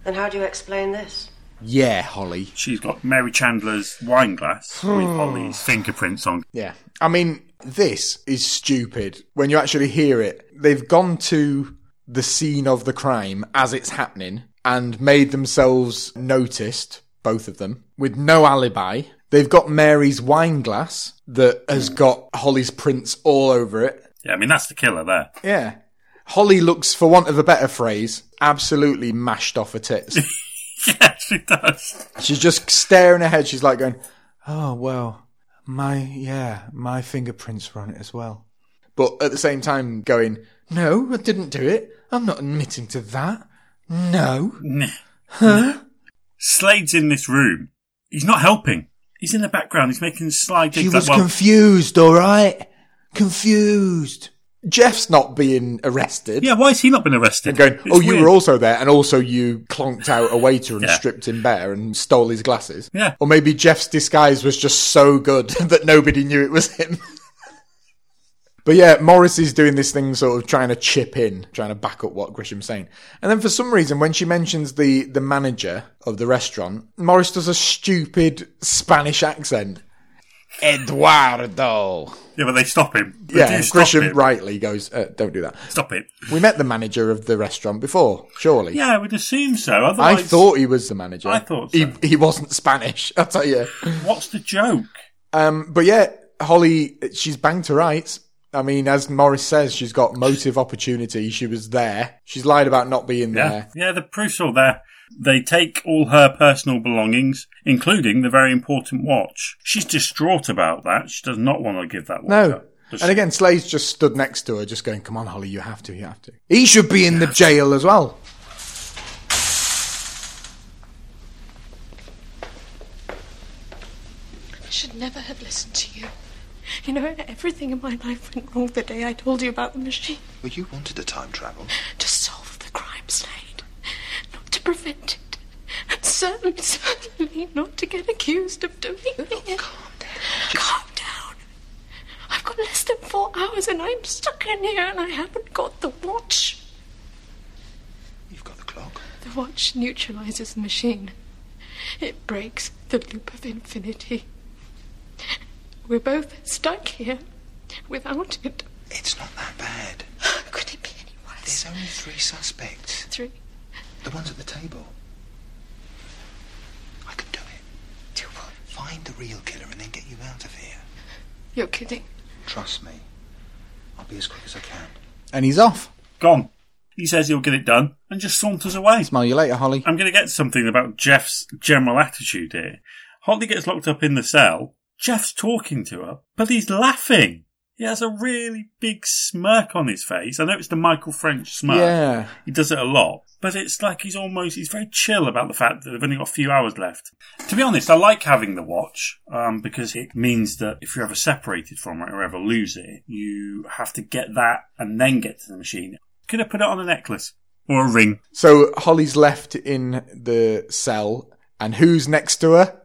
Speaker 6: Then how do you explain this?
Speaker 2: Yeah, Holly.
Speaker 1: She's got Mary Chandler's wine glass with Holly's fingerprints on.
Speaker 2: Yeah. I mean, this is stupid. When you actually hear it, they've gone to the scene of the crime as it's happening and made themselves noticed, both of them, with no alibi. They've got Mary's wine glass that has got Holly's prints all over it.
Speaker 1: Yeah, I mean, that's the killer there.
Speaker 2: Yeah. Holly looks, for want of a better phrase, absolutely mashed off her tits.
Speaker 1: yeah, she does.
Speaker 2: She's just staring ahead. She's like going, oh, well, my, yeah, my fingerprints were on it as well. But at the same time going, no, I didn't do it. I'm not admitting to that. No. Huh?
Speaker 1: Slade's in this room. He's not helping. He's in the background. He's making slide
Speaker 2: She
Speaker 1: digs
Speaker 2: was
Speaker 1: like, well,
Speaker 2: confused, all right? Confused. Jeff's not being arrested.
Speaker 1: Yeah, why has he not been arrested?
Speaker 2: And going,
Speaker 1: It's
Speaker 2: oh, you
Speaker 1: weird.
Speaker 2: were also there, and also you clonked out a waiter and
Speaker 1: Yeah.
Speaker 2: stripped him bare and stole his glasses.
Speaker 1: Yeah.
Speaker 2: Or maybe Jeff's disguise was just so good that nobody knew it was him. But yeah, Morris is doing this thing, sort of trying to chip in, trying to back up what Grisham's saying. And then for some reason, when she mentions the the manager of the restaurant, Morris does a stupid Spanish accent. Eduardo.
Speaker 1: Yeah, but they stop him. They
Speaker 2: yeah,
Speaker 1: do stop
Speaker 2: Grisham
Speaker 1: him.
Speaker 2: rightly goes, uh, "Don't do that."
Speaker 1: Stop it.
Speaker 2: We met the manager of the restaurant before, surely.
Speaker 1: Yeah, I would assume so.
Speaker 2: I
Speaker 1: Otherwise,
Speaker 2: thought he was the manager.
Speaker 1: I thought
Speaker 2: he he wasn't Spanish. I tell you.
Speaker 1: What's the joke?
Speaker 2: Um, but yeah, Holly, she's banged to rights. I mean, as Morris says, she's got motive opportunity. She was there. She's lied about not being
Speaker 1: Yeah,
Speaker 2: there.
Speaker 1: yeah, the proof's all there. They take all her personal belongings, including the very important watch. She's distraught about that. She does not want to give that watch.
Speaker 2: No.
Speaker 1: Does
Speaker 2: And
Speaker 1: she-
Speaker 2: again, Slade's just stood next to her, just going, "Come on, Holly, you have to, you have to." He should be in the jail as well.
Speaker 8: never have listened to you. You know, everything in my life went wrong the day I told you about the machine.
Speaker 4: Well, you wanted a time travel.
Speaker 8: To solve the crime, Slade. Not to prevent it. And certainly, certainly not to get accused of doing
Speaker 4: Oh,
Speaker 8: it. Calm down. Calm down. I've got less than four hours and I'm stuck in here and I haven't got the watch.
Speaker 4: You've got the clock.
Speaker 8: The watch neutralizes the machine. It breaks the loop of infinity. We're both stuck here without it.
Speaker 4: It's not that bad.
Speaker 8: Could it be any
Speaker 4: There's only three suspects.
Speaker 8: Three.
Speaker 4: The ones at the table. I could do it.
Speaker 8: Do what?
Speaker 4: Find the real killer and then get you out of here.
Speaker 8: You're kidding.
Speaker 4: Trust me. I'll be as quick as I can.
Speaker 2: And he's off.
Speaker 1: Gone. He says he'll get it done and just saunters away.
Speaker 2: Smell you later, Holly.
Speaker 1: I'm going to get something about Jeff's general attitude here. Holly gets locked up in the cell. Jeff's talking to her, but he's laughing. He has a really big smirk on his face. I know it's the Michael French smirk.
Speaker 2: Yeah.
Speaker 1: He does it a lot. But it's like he's almost, he's very chill about the fact that they've only got a few hours left. To be honest, I like having the watch um, because it means that if you're ever separated from it or ever lose it, you have to get that and then get to the machine. Could have put it on a necklace or a ring.
Speaker 2: So Holly's left in the cell, and who's next to her?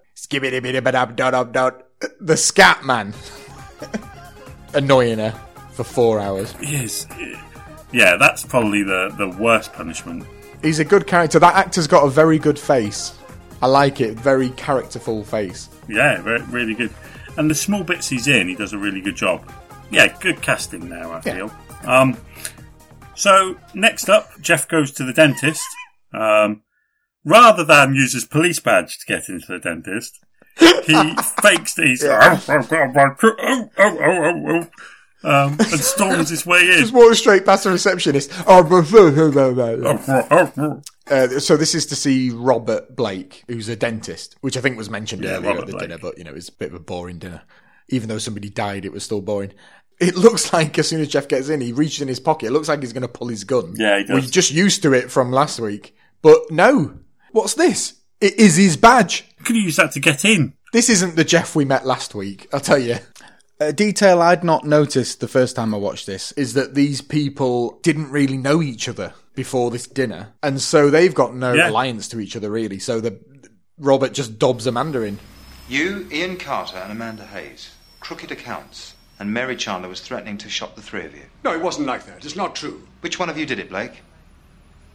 Speaker 2: Skibbidi-bidi-badab-dod-ob-dod. The scat man. Annoying her for four hours.
Speaker 1: Yes. Yeah, that's probably the, the worst punishment.
Speaker 2: He's a good character. That actor's got a very good face. I like it. Very characterful face.
Speaker 1: Yeah, re- really good. And the small bits he's in, he does a really good job. Yeah, good casting there, I feel. Um, so, next up, Jeff goes to the dentist. Um, rather than use his police badge to get into the dentist, he fakes that he's. Oh, oh, oh, oh, oh, um, and storms his way in.
Speaker 2: Just walks straight past the receptionist. Oh, blah, blah, blah, blah,
Speaker 1: Oh,
Speaker 2: blah, blah. Uh, so this is to see Robert Blake, who's a dentist, which I think was mentioned
Speaker 1: Yeah,
Speaker 2: earlier
Speaker 1: Robert
Speaker 2: at the
Speaker 1: Blake.
Speaker 2: dinner, but you know, it's a bit of a boring dinner. Even though somebody died, it was still boring. It looks like as soon as Jeff gets in, he reaches in his pocket. It looks like he's going to pull his gun.
Speaker 1: Yeah, he does.
Speaker 2: We're just used to it from last week. But no. What's this? It is his badge.
Speaker 1: Could have used that to get in.
Speaker 2: This isn't the Jeff we met last week, I'll tell you. A detail I'd not noticed the first time I watched this is that these people didn't really know each other before this dinner. And so they've got no
Speaker 4: Yeah.
Speaker 2: alliance to each other, really. So the Robert just dobs Amanda in.
Speaker 4: You, Ian Carter, and Amanda Hayes. Crooked accounts. And Mary Chandler was threatening to shop the three of you.
Speaker 15: No, it wasn't like that. It's not true.
Speaker 4: Which one of you did it, Blake?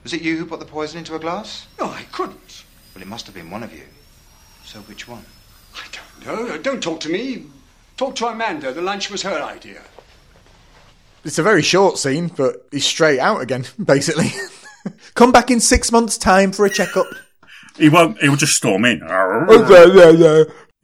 Speaker 4: Was it you who put the poison into a glass?
Speaker 15: No, I couldn't.
Speaker 4: Well, it must have been one of you. So which one?
Speaker 15: No, no, don't talk to me. Talk to Amanda. The lunch was her idea.
Speaker 2: It's a very short scene, but he's straight out again, basically. Come back in six months' time for a checkup. Oh,
Speaker 1: He won't. He will just storm in.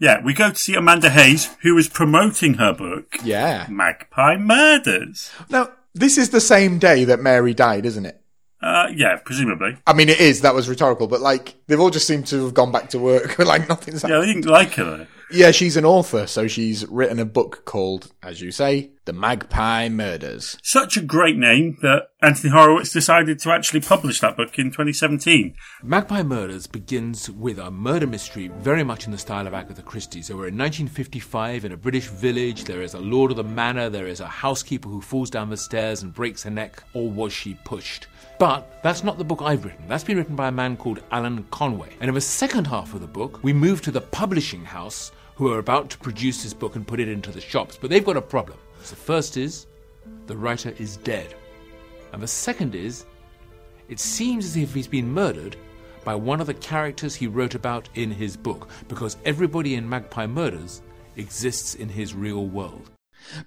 Speaker 1: Yeah, we go to see Amanda Hayes, who is promoting her book.
Speaker 2: Yeah.
Speaker 1: Magpie Murders.
Speaker 2: Now, this is the same day that Mary died, isn't it?
Speaker 1: Uh, yeah, presumably.
Speaker 2: I mean, it is. That was rhetorical, but like they've all just seemed to have gone back to work. like nothing's
Speaker 1: Yeah, they didn't like her though.
Speaker 2: Yeah, she's an author, so she's written a book called, as you say, The Magpie Murders.
Speaker 1: Such a great name that Anthony Horowitz decided to actually publish that book in 2017.
Speaker 16: Magpie Murders begins with a murder mystery very much in the style of Agatha Christie. So we're in 1955 in a British village. There is a lord of the manor. There is a housekeeper who falls down the stairs and breaks her neck, or was she pushed? But that's not the book I've written. That's been written by a man called Alan Conway. And in the second half of the book, we move to the publishing house who are about to produce this book and put it into the shops. But they've got a problem. So first is the writer is dead. And the second is it seems as if he's been murdered by one of the characters he wrote about in his book, because everybody in Magpie Murders exists in his real world.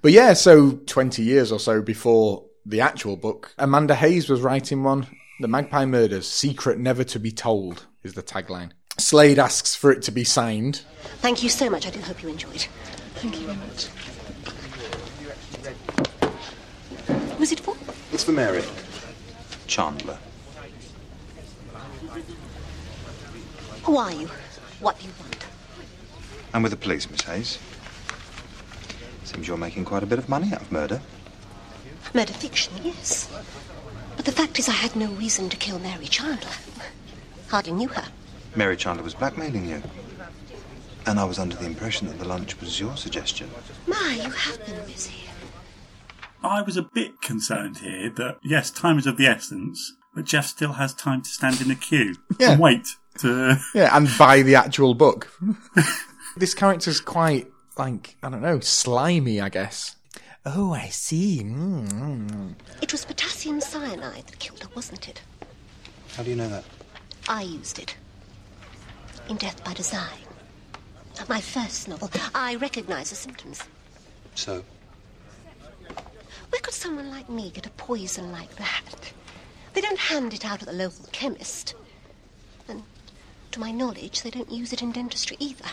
Speaker 2: But yeah, so 20 years or so before the actual book, Amanda Hayes was writing one, The Magpie Murders Secret Never to Be Told, is the tagline. Slade asks for it to be signed.
Speaker 14: Thank you so much. I do hope you enjoyed.
Speaker 8: Thank you very much.
Speaker 14: Was it for?
Speaker 4: It's for Mary. Chandler.
Speaker 14: Who are you? What do you want?
Speaker 4: I'm with the police, Miss Hayes. Seems you're making quite a bit of money out of murder.
Speaker 14: Murder fiction, yes. But the fact is, I had no reason to kill Mary Chandler. Hardly knew her.
Speaker 4: Mary Chandler was blackmailing you. And I was under the impression that the lunch was your suggestion.
Speaker 14: My, you have been busy.
Speaker 1: I was a bit concerned here that, yes, time is of the essence, but Jeff still has time to stand in a queue
Speaker 2: Yeah.
Speaker 1: and wait to.
Speaker 2: Yeah, and buy the actual book. this character's quite, like, I don't know, slimy, I guess. Oh, I see. Mm, mm, mm.
Speaker 14: It was potassium cyanide that killed her, wasn't it?
Speaker 4: How do you know that?
Speaker 14: I used it. In Death by Design. My first novel. I recognize the symptoms.
Speaker 4: So,
Speaker 14: Where could someone like me get a poison like that? They don't hand it out at the local chemist. And to my knowledge, they don't use it in dentistry either.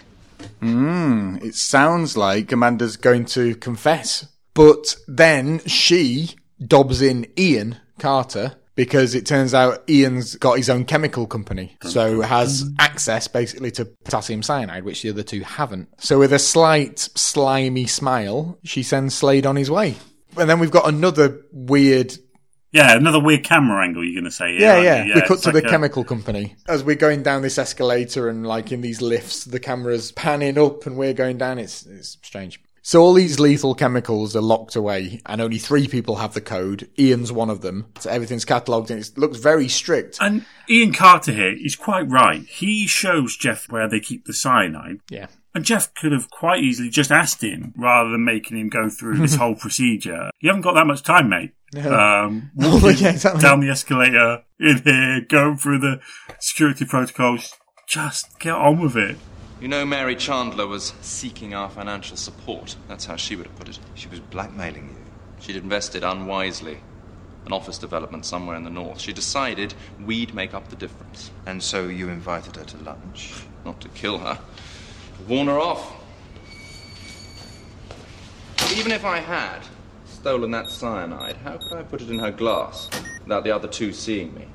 Speaker 2: Mm, it sounds like Amanda's going to confess. But then she dobs in Ian Carter because it turns out Ian's got his own chemical company. So has access basically to potassium cyanide, which the other two haven't. So with a slight slimy smile, she sends Slade on his way. And then we've got another weird
Speaker 1: Yeah, another weird camera angle you're going to say. here,
Speaker 2: yeah,
Speaker 1: aren't
Speaker 2: yeah.
Speaker 1: you?
Speaker 2: We cut
Speaker 1: it's
Speaker 2: to
Speaker 1: like
Speaker 2: the
Speaker 1: a-
Speaker 2: chemical company. As we're going down this escalator and like in these lifts, the camera's panning up and we're going down. It's it's strange. So all these lethal chemicals are locked away, and only three people have the code. Ian's one of them. So everything's catalogued, and it looks very strict.
Speaker 1: And Ian Carter here is quite right. He shows Jeff where they keep the cyanide.
Speaker 2: Yeah.
Speaker 1: And Jeff could have quite easily just asked him rather than making him go through this whole procedure. You haven't got that much time, mate.
Speaker 2: No.
Speaker 1: Um,
Speaker 2: Well,
Speaker 1: walking
Speaker 2: yeah, exactly.
Speaker 1: Down the escalator, in here, going through the security protocols. Just get on with it.
Speaker 17: You know, Mary Chandler was seeking our financial support. That's how she would have put it. She was blackmailing you. She'd invested unwisely. An office development somewhere in the north. She decided we'd make up the difference. And so you invited her to lunch? Not to kill her, to warn her off. But even if I had stolen that cyanide, how could I put it in her glass without the other two seeing me?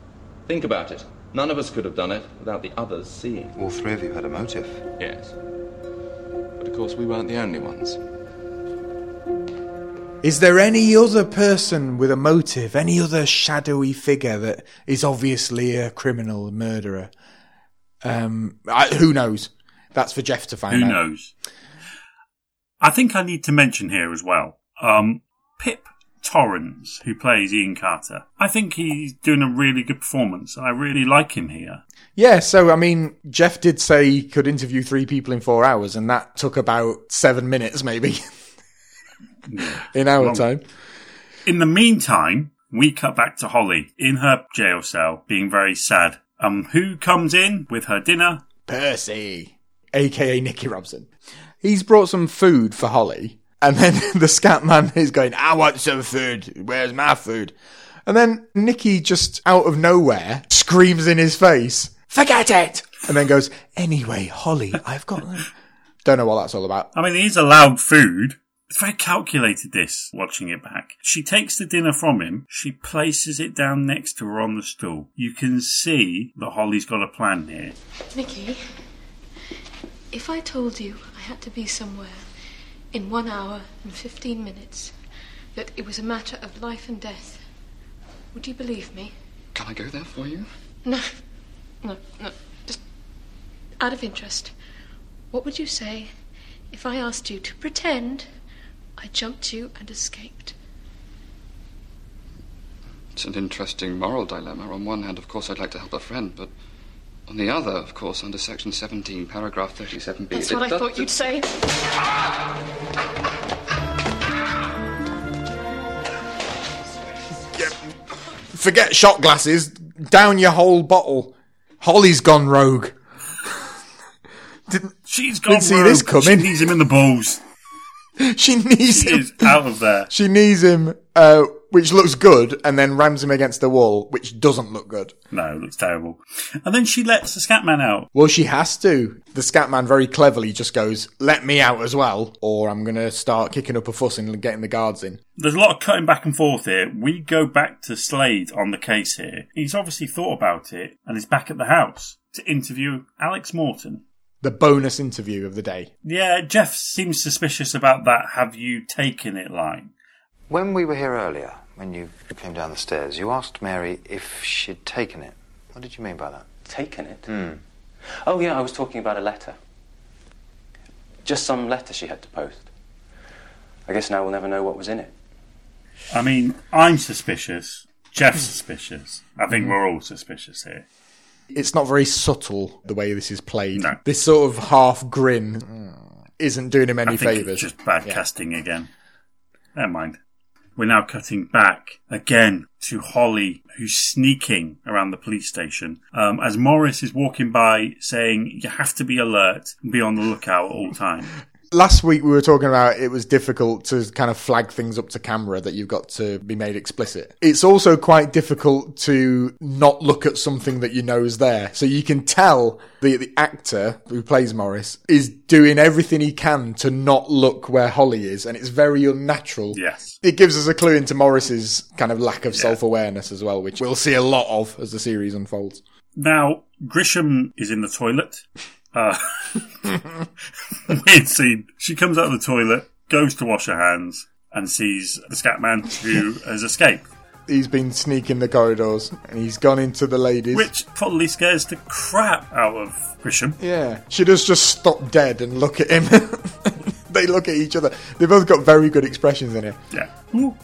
Speaker 17: Think about it. None of us could have done it without the others seeing.
Speaker 4: all three of you had a motive.
Speaker 17: Yes. But of course, we weren't the only ones.
Speaker 2: Is there any other person with a motive, any other shadowy figure that is obviously a criminal murderer? Um, I, who knows? That's for Jeff to find
Speaker 1: Who
Speaker 2: out.
Speaker 1: knows? I think I need to mention here as well. Um, Pip Torrens, who plays Ian Carter. I think he's doing a really good performance. I really like him here.
Speaker 2: Yeah, so I mean, Jeff did say he could interview three people in four hours, and that took about seven minutes, maybe, in our
Speaker 1: Long.
Speaker 2: time.
Speaker 1: In the meantime, we cut back to Holly in her jail cell, being very sad. Um, who comes in with her dinner?
Speaker 2: Percy, aka Nicky Robson. He's brought some food for Holly, and then the scat man is going, I want some food. Where's my food? And then Nicky, just out of nowhere, screams in his face, Forget it! And then goes, Anyway, Holly, I've got. Don't know what that's all about.
Speaker 1: I mean, he's allowed food. It's very calculated, this, watching it back. She takes the dinner from him. She places it down next to her on the stool. You can see that Holly's got a plan here.
Speaker 8: Nicky, if I told you I had to be somewhere in one hour and 15 minutes, that it was a matter of life and death, would you believe me?
Speaker 18: Can I go there for you?
Speaker 8: No, no, no. Just out of interest, what would you say if I asked you to pretend I jumped you and escaped?
Speaker 18: It's an interesting moral dilemma. On one hand, of course, I'd like to help a friend, but on the other, of course, under Section 17, paragraph 37b.
Speaker 8: That's
Speaker 18: it
Speaker 8: what I
Speaker 18: does-
Speaker 8: thought you'd say.
Speaker 2: Forget shot glasses. Down your whole bottle. Holly's gone rogue. didn't
Speaker 1: She's gone
Speaker 2: didn't see this
Speaker 1: rogue.
Speaker 2: coming.
Speaker 1: She knees him in the balls.
Speaker 2: she knees
Speaker 1: She
Speaker 2: him.
Speaker 1: is out of there.
Speaker 2: She knees him, uh, which looks good, and then rams him against the wall, which doesn't look good.
Speaker 1: No, it looks terrible. And then she lets the scat man out.
Speaker 2: Well, she has to. The scat man very cleverly just goes, "Let me out as well, or I'm gonna start kicking up a fuss and getting the guards in."
Speaker 1: There's a lot of cutting back and forth here. We go back to Slade on the case here. He's obviously thought about it and is back at the house to interview Alex Morton.
Speaker 2: The bonus interview of the day.
Speaker 1: Yeah, Jeff seems suspicious about that have you taken it line.
Speaker 4: When we were here earlier, when you came down the stairs, you asked Mary if she'd taken it. What did you mean by that?
Speaker 17: Taken it?
Speaker 4: Hmm.
Speaker 17: Oh, yeah, I was talking about a letter.
Speaker 19: Just some letter she had to post. I guess now we'll never know what was in it.
Speaker 1: I mean, I'm suspicious. Jeff's suspicious. I think we're all suspicious here.
Speaker 2: It's not very subtle the way this is played. This sort of half grin isn't doing him any
Speaker 1: I think it's
Speaker 2: favors.
Speaker 1: just bad casting again. Never mind. We're now cutting back again to Holly, who's sneaking around the police station um, as Morris is walking by saying, You have to be alert and be on the lookout at all times.
Speaker 2: Last week we were talking about it was difficult to kind of flag things up to camera that you've got to be made explicit. It's also quite difficult to not look at something that you know is there. So you can tell the the actor who plays Morris is doing everything he can to not look where Holly is and it's very unnatural.
Speaker 1: Yes.
Speaker 2: It gives us a clue into Morris's kind of lack of self-awareness as well, which we'll see a lot of as the series unfolds.
Speaker 1: Now, Grisham is in the toilet. Uh, weird scene. She comes out of the toilet, goes to wash her hands, and sees the Scatman who has escaped.
Speaker 2: He's been sneaking the corridors and he's gone into the ladies.
Speaker 1: Which probably scares the crap out of Grisham.
Speaker 2: Yeah. She does just stop dead and look at him. they look at each other. They both got very good expressions in it.
Speaker 1: Yeah.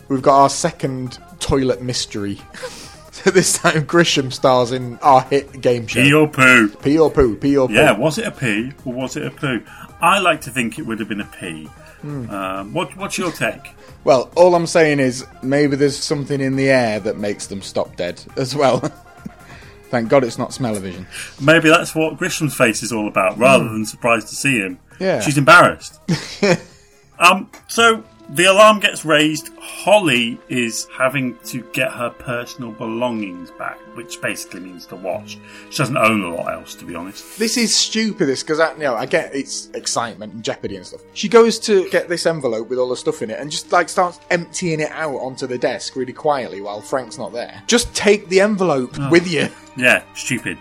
Speaker 2: We've got our second toilet mystery. so this time Grisham stars in our hit game show.
Speaker 1: Pee or poo.
Speaker 2: Pee or poo. Pee or poo.
Speaker 1: Yeah, was it a pee or was it a poo? I like to think it would have been a pee.
Speaker 2: Hmm.
Speaker 1: Um, what, what's your take?
Speaker 2: Well, all I'm saying is maybe there's something in the air that makes them stop dead as well. Thank God it's not smell-o-vision.
Speaker 1: Maybe that's what Grisham's face is all about, rather
Speaker 2: Hmm.
Speaker 1: than surprised to see him.
Speaker 2: Yeah.
Speaker 1: She's embarrassed. um, so the alarm gets raised. Holly is having to get her personal belongings back, which basically means the watch. She doesn't own a lot else, to be honest.
Speaker 2: This is stupid. This because I, you know, I get it's excitement and jeopardy and stuff. She goes to get this envelope with all the stuff in it and just like starts emptying it out onto the desk really quietly while Frank's not there. Just take the envelope with you.
Speaker 1: Oh. Yeah, stupid.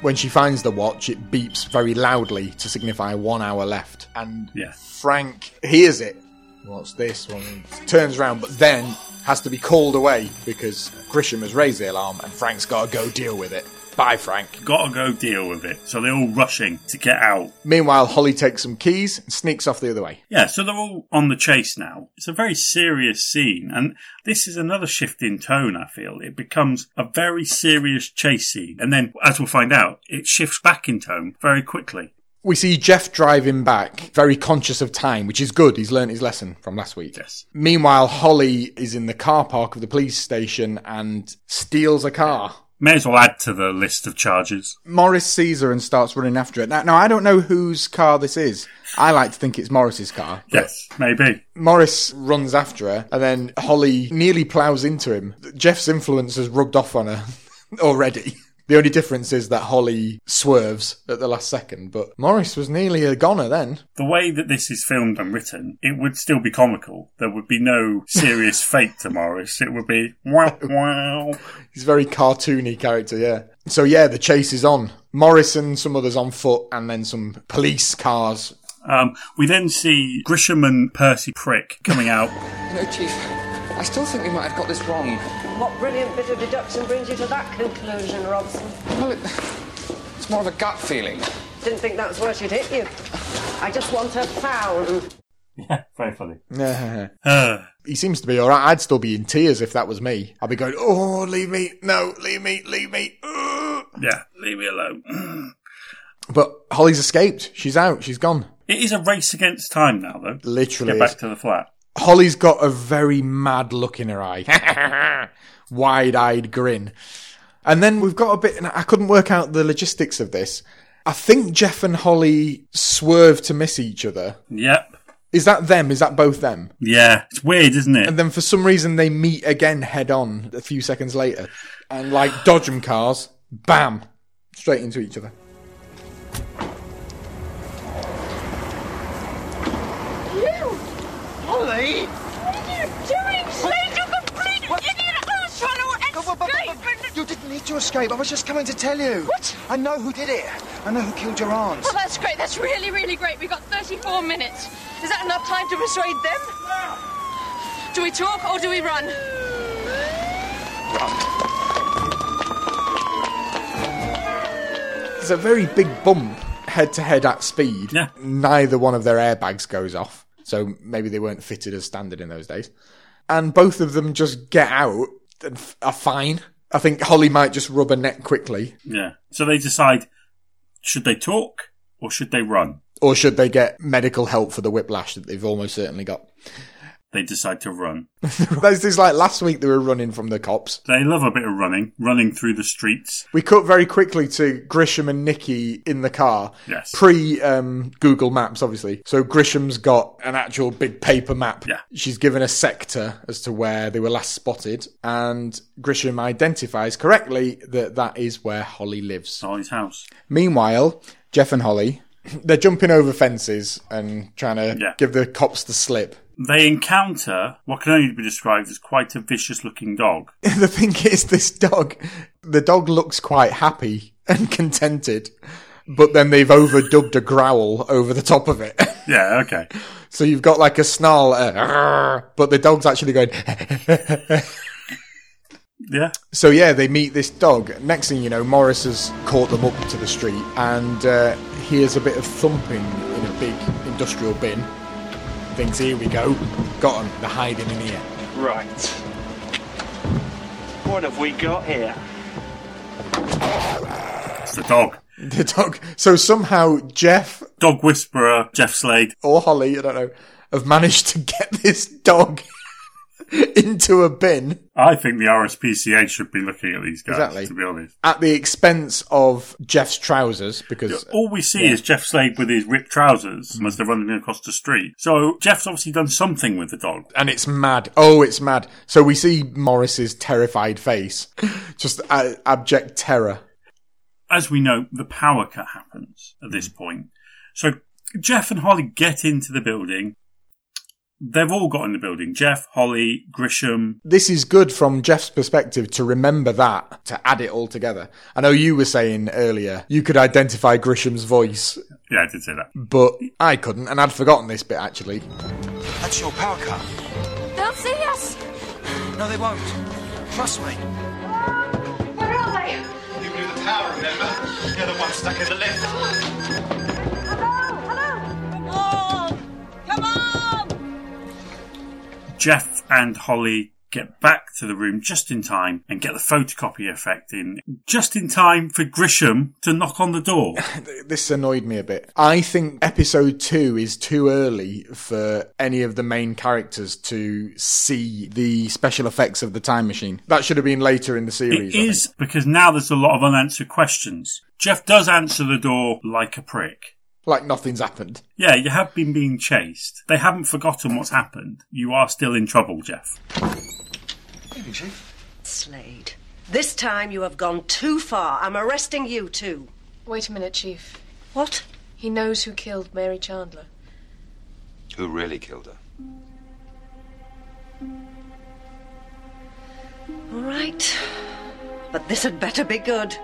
Speaker 2: When she finds the watch, it beeps very loudly to signify one hour left. And
Speaker 1: Yeah.
Speaker 2: Frank hears it. What's this one? Turns around, but then has to be called away because Grisham has raised the alarm and Frank's got to go deal with it. Bye, Frank.
Speaker 1: Gotta go deal with it. So they're all rushing to get out.
Speaker 2: Meanwhile, Holly takes some keys and sneaks off the other way.
Speaker 1: Yeah, so they're all on the chase now. It's a very serious scene, and this is another shift in tone, I feel. It becomes a very serious chase scene, and then, as we'll find out, it shifts back in tone very quickly.
Speaker 2: We see Jeff driving back, very conscious of time, which is good. He's learned his lesson from last week.
Speaker 1: Yes.
Speaker 2: Meanwhile, Holly is in the car park of the police station and steals a car.
Speaker 1: May as well add to the list of charges.
Speaker 2: Morris sees her and starts running after it. Now, now I don't know whose car this is. I like to think it's Morris's car.
Speaker 1: Yes, maybe.
Speaker 2: Morris runs after her, and then Holly nearly plows into him. Jeff's influence has rubbed off on her already. The only difference is that Holly swerves at the last second, but Morris was nearly a goner then.
Speaker 1: The way that this is filmed and written, it would still be comical. There would be no serious fate to Morris. It would be wow, wow.
Speaker 2: He's a very cartoony character, yeah. So yeah, the chase is on. Morris and some others on foot, and then some police cars.
Speaker 1: Um, we then see Grisham and Percy Prick coming out.
Speaker 19: You know, Chief, I still think we might have got this wrong.
Speaker 6: What brilliant bit of deduction brings you to that conclusion, Robson?
Speaker 19: Well, it, it's more of a gut feeling.
Speaker 6: Didn't think that was where she'd hit you. I just want her found.
Speaker 1: Very funny. Uh.
Speaker 2: he seems to be all right. I'd still be in tears if that was me. I'd be going, "Oh, leave me! No, leave me! Leave me!"
Speaker 1: Yeah, leave me alone.
Speaker 2: But Holly's escaped. She's out. She's gone.
Speaker 1: It is a race against time now, though.
Speaker 2: Literally
Speaker 1: Get back
Speaker 2: is.
Speaker 1: to the flat.
Speaker 2: Holly's got a very mad look in her eye, wide eyed grin. And then we've got a bit, and I couldn't work out the logistics of this. I think Jeff and Holly swerve to miss each other.
Speaker 1: Yep.
Speaker 2: Is that them? Is that both them?
Speaker 1: Yeah. It's weird, isn't it?
Speaker 2: And then for some reason they meet again head on a few seconds later. And like Dodgem cars, bam, straight into each other.
Speaker 20: You! Holly! What are you doing, Slade? You complete idiot! I was trying to escape!
Speaker 4: You didn't need to escape. I was just coming to tell you. What? I know who did it. I know who killed your aunt.
Speaker 20: Oh, that's great. That's really, really great. We've got 34 minutes. Is that enough time to persuade them? Do we talk or do we run?
Speaker 2: It's a very big bump head to head at speed,
Speaker 1: yeah.
Speaker 2: neither one of their airbags goes off. So maybe they weren't fitted as standard in those days. And both of them just get out and f- are fine. I think Holly might just rub her neck quickly.
Speaker 1: Yeah. So they decide should they talk or should they run?
Speaker 2: Or should they get medical help for the whiplash that they've almost certainly got?
Speaker 1: They decide to run.
Speaker 2: There's this like last week they were running from the cops.
Speaker 1: They love a bit of running, running through the streets.
Speaker 2: We cut very quickly to Grisham and Nikki in the car.
Speaker 1: Yes.
Speaker 2: Pre um, Google Maps, obviously. So Grisham's got an actual big paper map.
Speaker 1: Yeah.
Speaker 2: She's given a sector as to where they were last spotted, and Grisham identifies correctly that that is where Holly lives.
Speaker 1: Holly's house.
Speaker 2: Meanwhile, Jeff and Holly, they're jumping over fences and trying to
Speaker 1: Yeah.
Speaker 2: give the cops the slip.
Speaker 1: They encounter what can only be described as quite a vicious looking dog.
Speaker 2: the thing is, this dog, the dog looks quite happy and contented, but then they've overdubbed a growl over the top of it.
Speaker 1: Yeah, okay.
Speaker 2: so you've got like a snarl, uh, "Arr," but the dog's actually going.
Speaker 1: Yeah.
Speaker 2: So yeah, they meet this dog. Next thing you know, Morris has caught them up to the street, and uh, hears a bit of thumping in a big industrial bin. Thinks, here we go, got them. They're hiding in here.
Speaker 11: Right. What have we got here?
Speaker 1: It's the dog.
Speaker 2: The dog. So somehow Jeff,
Speaker 1: Dog whisperer, Jeff Slade.
Speaker 2: or Holly, I don't know, have managed to get this dog into a bin
Speaker 1: I think the RSPCA should be looking at these guys,
Speaker 2: Exactly.
Speaker 1: to be honest.
Speaker 2: at the expense of Jeff's trousers because
Speaker 1: All we see
Speaker 2: Yeah. Mm.
Speaker 1: is Jeff Slade with his ripped trousers as they're running across the street. So Jeff's obviously done something with the dog.
Speaker 2: and it's mad. Oh, it's mad. So we see Morris's terrified face, just a- abject terror.
Speaker 1: as we know, the power cut happens at
Speaker 2: Mm.
Speaker 1: this point. So Jeff and Holly get into the building. They've all got in the building. Jeff, Holly, Grisham.
Speaker 2: This is good from Jeff's perspective to remember that to add it all together. I know you were saying earlier you could identify Grisham's voice,
Speaker 1: Yeah, I did say that.
Speaker 2: but I couldn't, and I'd forgotten this bit actually.
Speaker 4: That's your power cut.
Speaker 20: They'll see us.
Speaker 4: No, they won't. Trust me.
Speaker 20: Where are they?
Speaker 4: You blew the power, remember? You're the one stuck in the lift.
Speaker 20: Come on! Come on!
Speaker 1: Jeff and Holly get back to the room just in time and get the photocopy effect in. Just in time for Grisham to knock on the door.
Speaker 2: This annoyed me a bit. I think episode two is too early for any of the main characters to see the special effects of the time machine. That should have been later in the series.
Speaker 1: It is because now there's a lot of unanswered questions. Jeff does answer the door like a prick.
Speaker 2: Like nothing's happened.
Speaker 1: Yeah, you have been being chased. They haven't forgotten what's happened. You are still in trouble, Jeff.
Speaker 6: Slade, this time you have gone too far. I'm arresting you too.
Speaker 10: Wait a minute, Chief.
Speaker 6: What?
Speaker 10: He knows who killed Mary Chandler.
Speaker 19: Who really killed her?
Speaker 6: All right. But this had better be good.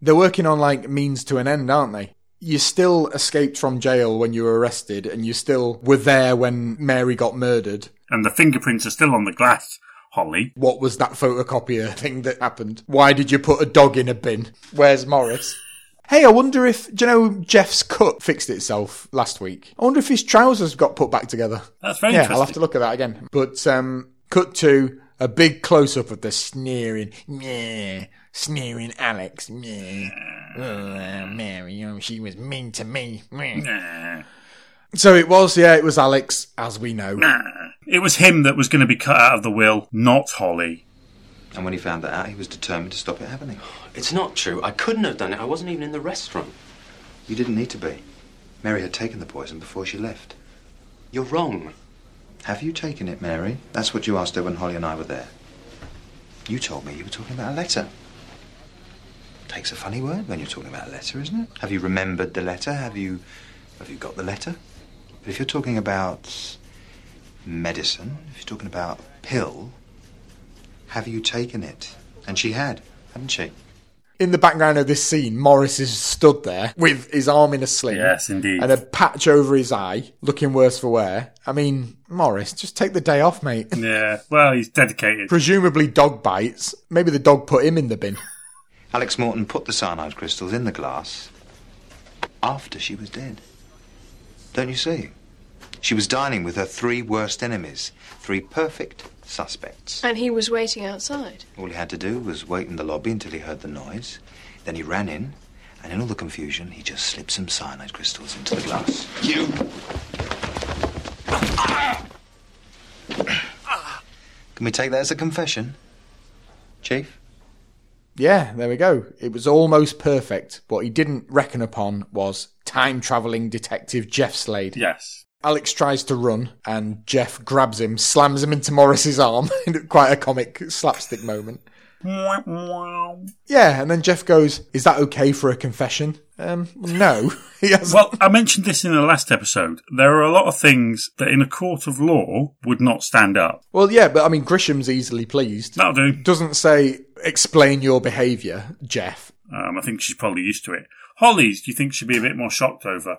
Speaker 2: They're working on like means to an end, aren't they? You still escaped from jail when you were arrested, and you still were there when Mary got murdered.
Speaker 1: and the fingerprints are still on the glass, Holly.
Speaker 2: What was that photocopier thing that happened? Why did you put a dog in a bin? Where's Morris? Hey, I wonder if, do you know, Jeff's cut fixed itself last week. I wonder if his trousers got put back together.
Speaker 1: That's very
Speaker 2: yeah,
Speaker 1: interesting.
Speaker 2: I'll have to look at that again. But, um, cut to a big close up of the sneering, meh, sneering Alex, meh. Oh, uh, Mary, oh, she was mean to me. meh.
Speaker 1: Nah.
Speaker 2: Oh, So it was, yeah, it was Alex, as we know.
Speaker 1: It was him that was going to be cut out of the will, not Holly.
Speaker 19: And when he found that out, he was determined to stop it happening.
Speaker 7: It's not true. I couldn't have done it. I wasn't even in the restaurant.
Speaker 19: You didn't need to be. Mary had taken the poison before she left.
Speaker 7: You're wrong.
Speaker 19: Have you taken it, Mary? That's what you asked her when Holly and I were there. You told me you were talking about a letter. Takes a funny word when you're talking about a letter, isn't it? Have you remembered the letter? Have you have you got the letter? But if you're talking about medicine, if you're talking about a pill, have you taken it? And she had, hadn't she?
Speaker 2: In the background of this scene, Morris is stood there with his arm in a sling.
Speaker 1: Yes, indeed.
Speaker 2: And a patch over his eye, looking worse for wear. I mean, Morris, just take the day off, mate.
Speaker 1: Yeah, well, he's dedicated.
Speaker 2: Presumably dog bites. Maybe the dog put him in the bin.
Speaker 19: Alex Morton put the cyanide crystals in the glass
Speaker 4: after she was dead. Don't you see? She was dining with her three worst enemies, three perfect suspects.
Speaker 3: And he was waiting outside.
Speaker 4: All he had to do was wait in the lobby until he heard the noise. Then he ran in, and in all the confusion, he just slipped some cyanide crystals into the glass. You! Can we take that as a confession? Chief?
Speaker 2: Yeah, there we go. It was almost perfect. What he didn't reckon upon was time traveling detective Jeff Slade.
Speaker 1: Yes.
Speaker 2: Alex tries to run, and Jeff grabs him, slams him into Morris's arm in quite a comic slapstick moment. Yeah, and then Jeff goes, "Is that okay for a confession?" Um, no.
Speaker 1: Well, I mentioned this in the last episode. There are a lot of things that in a court of law would not stand up.
Speaker 2: Well, yeah, but I mean, Grisham's easily pleased.
Speaker 1: That'll do.
Speaker 2: Doesn't say explain your behaviour, Jeff.
Speaker 1: Um, I think she's probably used to it. Holly's, do you think she'd be a bit more shocked over?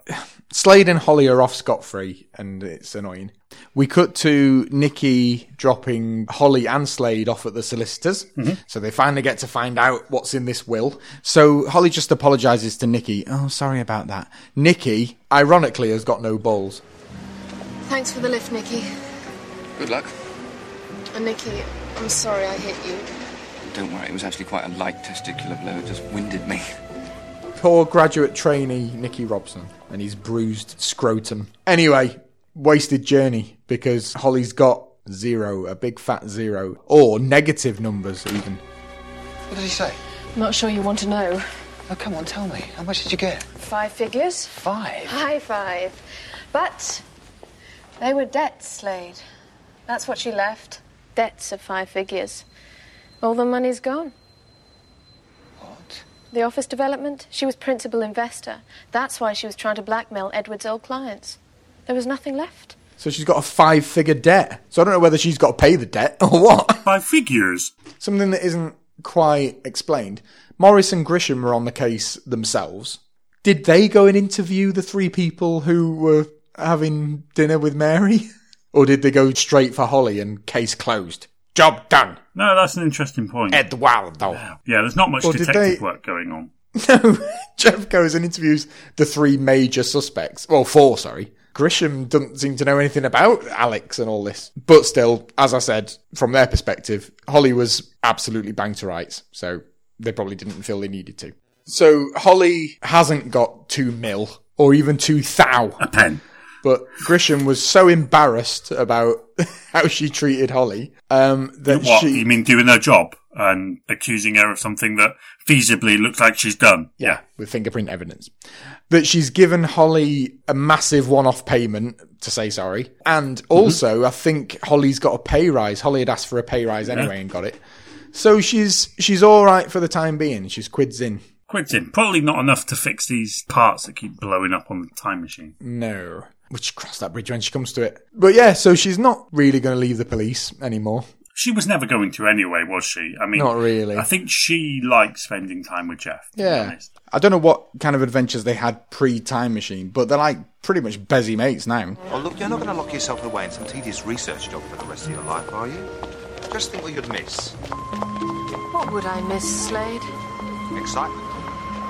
Speaker 2: Slade and Holly are off scot free, and it's annoying. We cut to Nikki dropping Holly and Slade off at the solicitors.
Speaker 1: Mhm.
Speaker 2: So they finally get to find out what's in this will. So Holly just apologizes to Nikki. Oh, sorry about that. Nikki, ironically, has got no balls.
Speaker 3: Thanks for the lift, Nikki.
Speaker 18: Good luck.
Speaker 3: And Nikki, I'm sorry I hit you.
Speaker 18: Don't worry, it was actually quite a light testicular blow. It just winded me.
Speaker 2: Poor graduate trainee Nikki Robson and his bruised scrotum. Anyway, wasted journey because Holly's got zero, a big fat zero, or negative numbers even.
Speaker 4: What did he say?
Speaker 3: I'm not sure you want to know.
Speaker 4: Oh, come on, tell me. How much did you get?
Speaker 3: Five figures.
Speaker 4: Five?
Speaker 3: High five. But they were debts, Slade. That's what she left. Debts of five figures. All the money's gone.
Speaker 4: What?
Speaker 3: The office development, she was principal investor. That's why she was trying to blackmail Edward's old clients. There was nothing left.
Speaker 2: So she's got a five figure debt. So I don't know whether she's got to pay the debt or what.
Speaker 1: Five figures?
Speaker 2: Something that isn't quite explained. Morris and Grisham were on the case themselves. Did they go and interview the three people who were having dinner with Mary? or did they go straight for Holly and case closed? Job done.
Speaker 1: No, that's an interesting point.
Speaker 2: Eduardo.
Speaker 1: Yeah, there's not much
Speaker 2: Or did
Speaker 1: detective
Speaker 2: they-
Speaker 1: work going on.
Speaker 2: Jeff goes and interviews the three major suspects. Well, four, sorry. Grisham doesn't seem to know anything about Alex and all this. But still, as I said, from their perspective, Holly was absolutely banged to rights. So they probably didn't feel they needed to. So Holly hasn't got two mil or even two thou. A
Speaker 1: pen.
Speaker 2: But Grisham was so embarrassed about how she treated Holly um, that
Speaker 1: what?
Speaker 2: she.
Speaker 1: You mean doing her job and accusing her of something that feasibly looks like she's done?
Speaker 2: Yeah, with fingerprint evidence. That she's given Holly a massive one off payment to say sorry. And
Speaker 1: Mm-hmm.
Speaker 2: also, I think Holly's got a pay rise. Holly had asked for a pay rise anyway
Speaker 1: Yeah.
Speaker 2: and got it. So she's she's all right for the time being. She's quids in.
Speaker 1: Quids in. Probably not enough to fix these parts that keep blowing up on the time machine.
Speaker 2: No. Which cross that bridge when she comes to it. But yeah, so she's not really going to leave the police anymore.
Speaker 1: She was never going to anyway, was she? I mean,
Speaker 2: Not really.
Speaker 1: I think she liked spending time with Jeff. to be
Speaker 2: Yeah.
Speaker 1: honest.
Speaker 2: I don't know what kind of adventures they had pre time machine, but they're like pretty much bezzy mates now.
Speaker 4: Oh, look, you're not going to lock yourself away in some tedious research job for the rest of your life, are you? Just think what you'd miss.
Speaker 3: What would I miss, Slade?
Speaker 4: Excitement,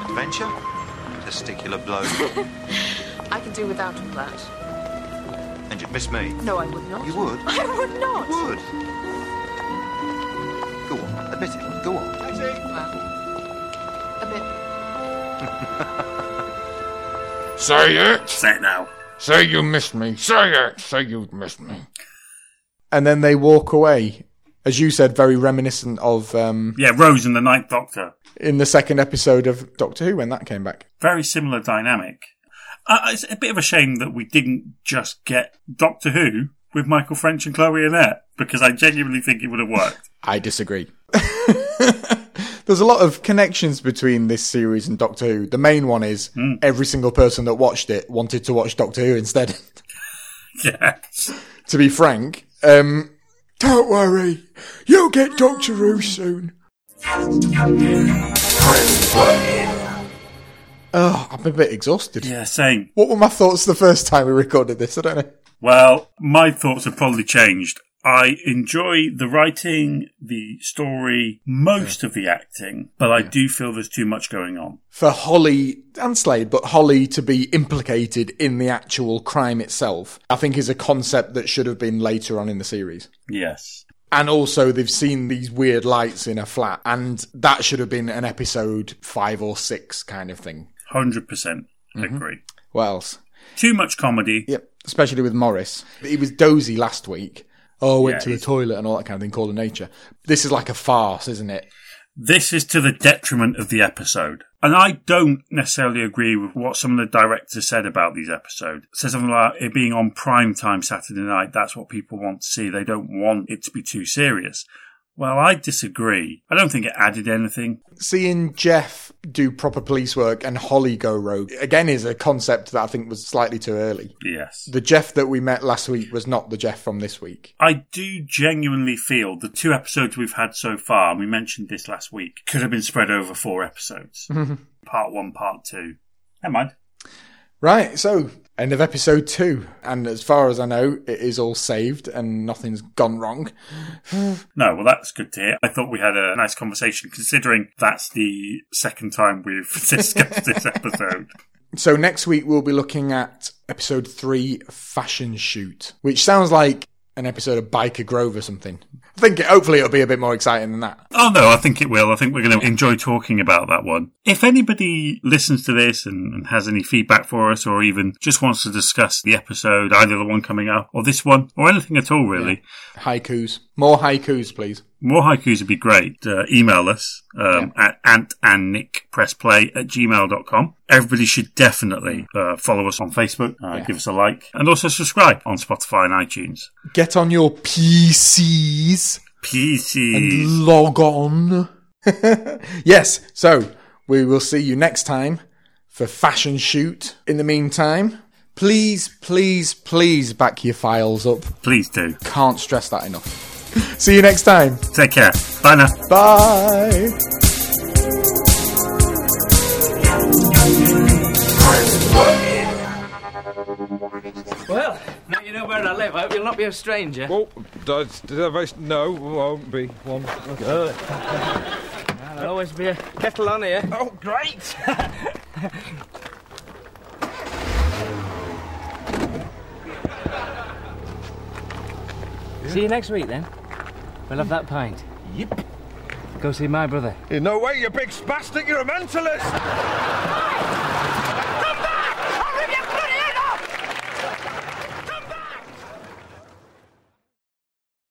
Speaker 4: adventure, testicular blow,
Speaker 21: I could do without all that.
Speaker 4: and you'd miss me.
Speaker 21: No, I would not.
Speaker 4: You would?
Speaker 21: I would not.
Speaker 4: would. Go on, admit it. Go on.
Speaker 21: A bit.
Speaker 7: Say it.
Speaker 1: Say it now.
Speaker 7: Say you missed me. Say it. Say you missed me.
Speaker 2: And then they walk away. As you said, very reminiscent of um,
Speaker 1: Yeah, Rose and the Ninth Doctor.
Speaker 2: in the second episode of Doctor Who when that came back.
Speaker 1: Very similar dynamic. Uh, it's a bit of a shame that we didn't just get Doctor Who with Michael French and Chloe Annette because I genuinely think it would have worked.
Speaker 2: I disagree. There's a lot of connections between this series and Doctor Who. The main one is
Speaker 1: Hmm.
Speaker 2: every single person that watched it wanted to watch Doctor Who instead.
Speaker 1: yeah.
Speaker 2: to be frank, um, don't worry, you'll get Doctor Who soon. Oh, I'm a bit exhausted.
Speaker 1: Yeah, same.
Speaker 2: What were my thoughts the first time we recorded this? I don't know.
Speaker 1: Well, my thoughts have probably changed. I enjoy the writing, the story, most of the acting, but I do feel there's too much going on.
Speaker 2: for Holly and Slade, but Holly to be implicated in the actual crime itself, I think is a concept that should have been later on in the series.
Speaker 1: Yes.
Speaker 2: And also, they've seen these weird lights in a flat, and that should have been an episode five or six kind of thing. Mm-hmm.
Speaker 1: 100% percent agree.
Speaker 2: What else?
Speaker 1: Too much comedy.
Speaker 2: Yep, especially with Morris. He was dozy last week. Oh, went
Speaker 1: Yeah,
Speaker 2: to the toilet and all that kind of thing, calling nature. This is like a farce, isn't it?
Speaker 1: This is to the detriment of the episode. And I don't necessarily agree with what some of the directors said about these episodes. Said something like it being on prime time Saturday night, that's what people want to see. They don't want it to be too serious. Well, I disagree. I don't think it added anything.
Speaker 2: Seeing Jeff do proper police work and Holly go rogue again is a concept that I think was slightly too early.
Speaker 1: Yes.
Speaker 2: The Jeff that we met last week was not the Jeff from this week.
Speaker 1: I do genuinely feel the two episodes we've had so far, and we mentioned this last week, could have been spread over four episodes.
Speaker 2: Mhm.
Speaker 1: Part one, part two. Never mind.
Speaker 2: Right, so end of episode two. And as far as I know, it is all saved and nothing's gone wrong.
Speaker 1: No, well, that's good to hear. I thought we had a nice conversation considering that's the second time we've discussed this episode.
Speaker 2: So next week we'll be looking at episode three, fashion shoot, which sounds like an episode of Biker Grove or something. I think it, hopefully it'll be a bit more exciting than that.
Speaker 1: Oh, no, I think it will. I think we're going to enjoy talking about that one. If anybody listens to this and, and has any feedback for us, or even just wants to discuss the episode, either the one coming up or this one, or anything at all, really,
Speaker 2: Haikus, more haikus, please.
Speaker 1: More haikus would be great. Uh, email us um, at ant and nick press play at gmail.com. Everybody should definitely
Speaker 2: Mm.
Speaker 1: uh, follow us on Facebook, uh, give us a like, and also subscribe on Spotify and iTunes.
Speaker 2: Get on your PCs
Speaker 1: PCs.
Speaker 2: and log on. yes, so we will see you next time for fashion shoot. In the meantime, please, please, please back your files up.
Speaker 1: Please do.
Speaker 2: Can't stress that enough. see you next time.
Speaker 1: Take care. Bye now.
Speaker 2: Bye.
Speaker 7: Well, now you know where I live. I hope you'll not be a stranger.
Speaker 5: Well, does, does everybody s- no, won't be one.
Speaker 7: Good. There'll always be a kettle on here. Oh, great! See you next week then. We'll have that pint. Yep. Go see my brother.
Speaker 5: Eh, In no way, you big spastic, you're a mentalist!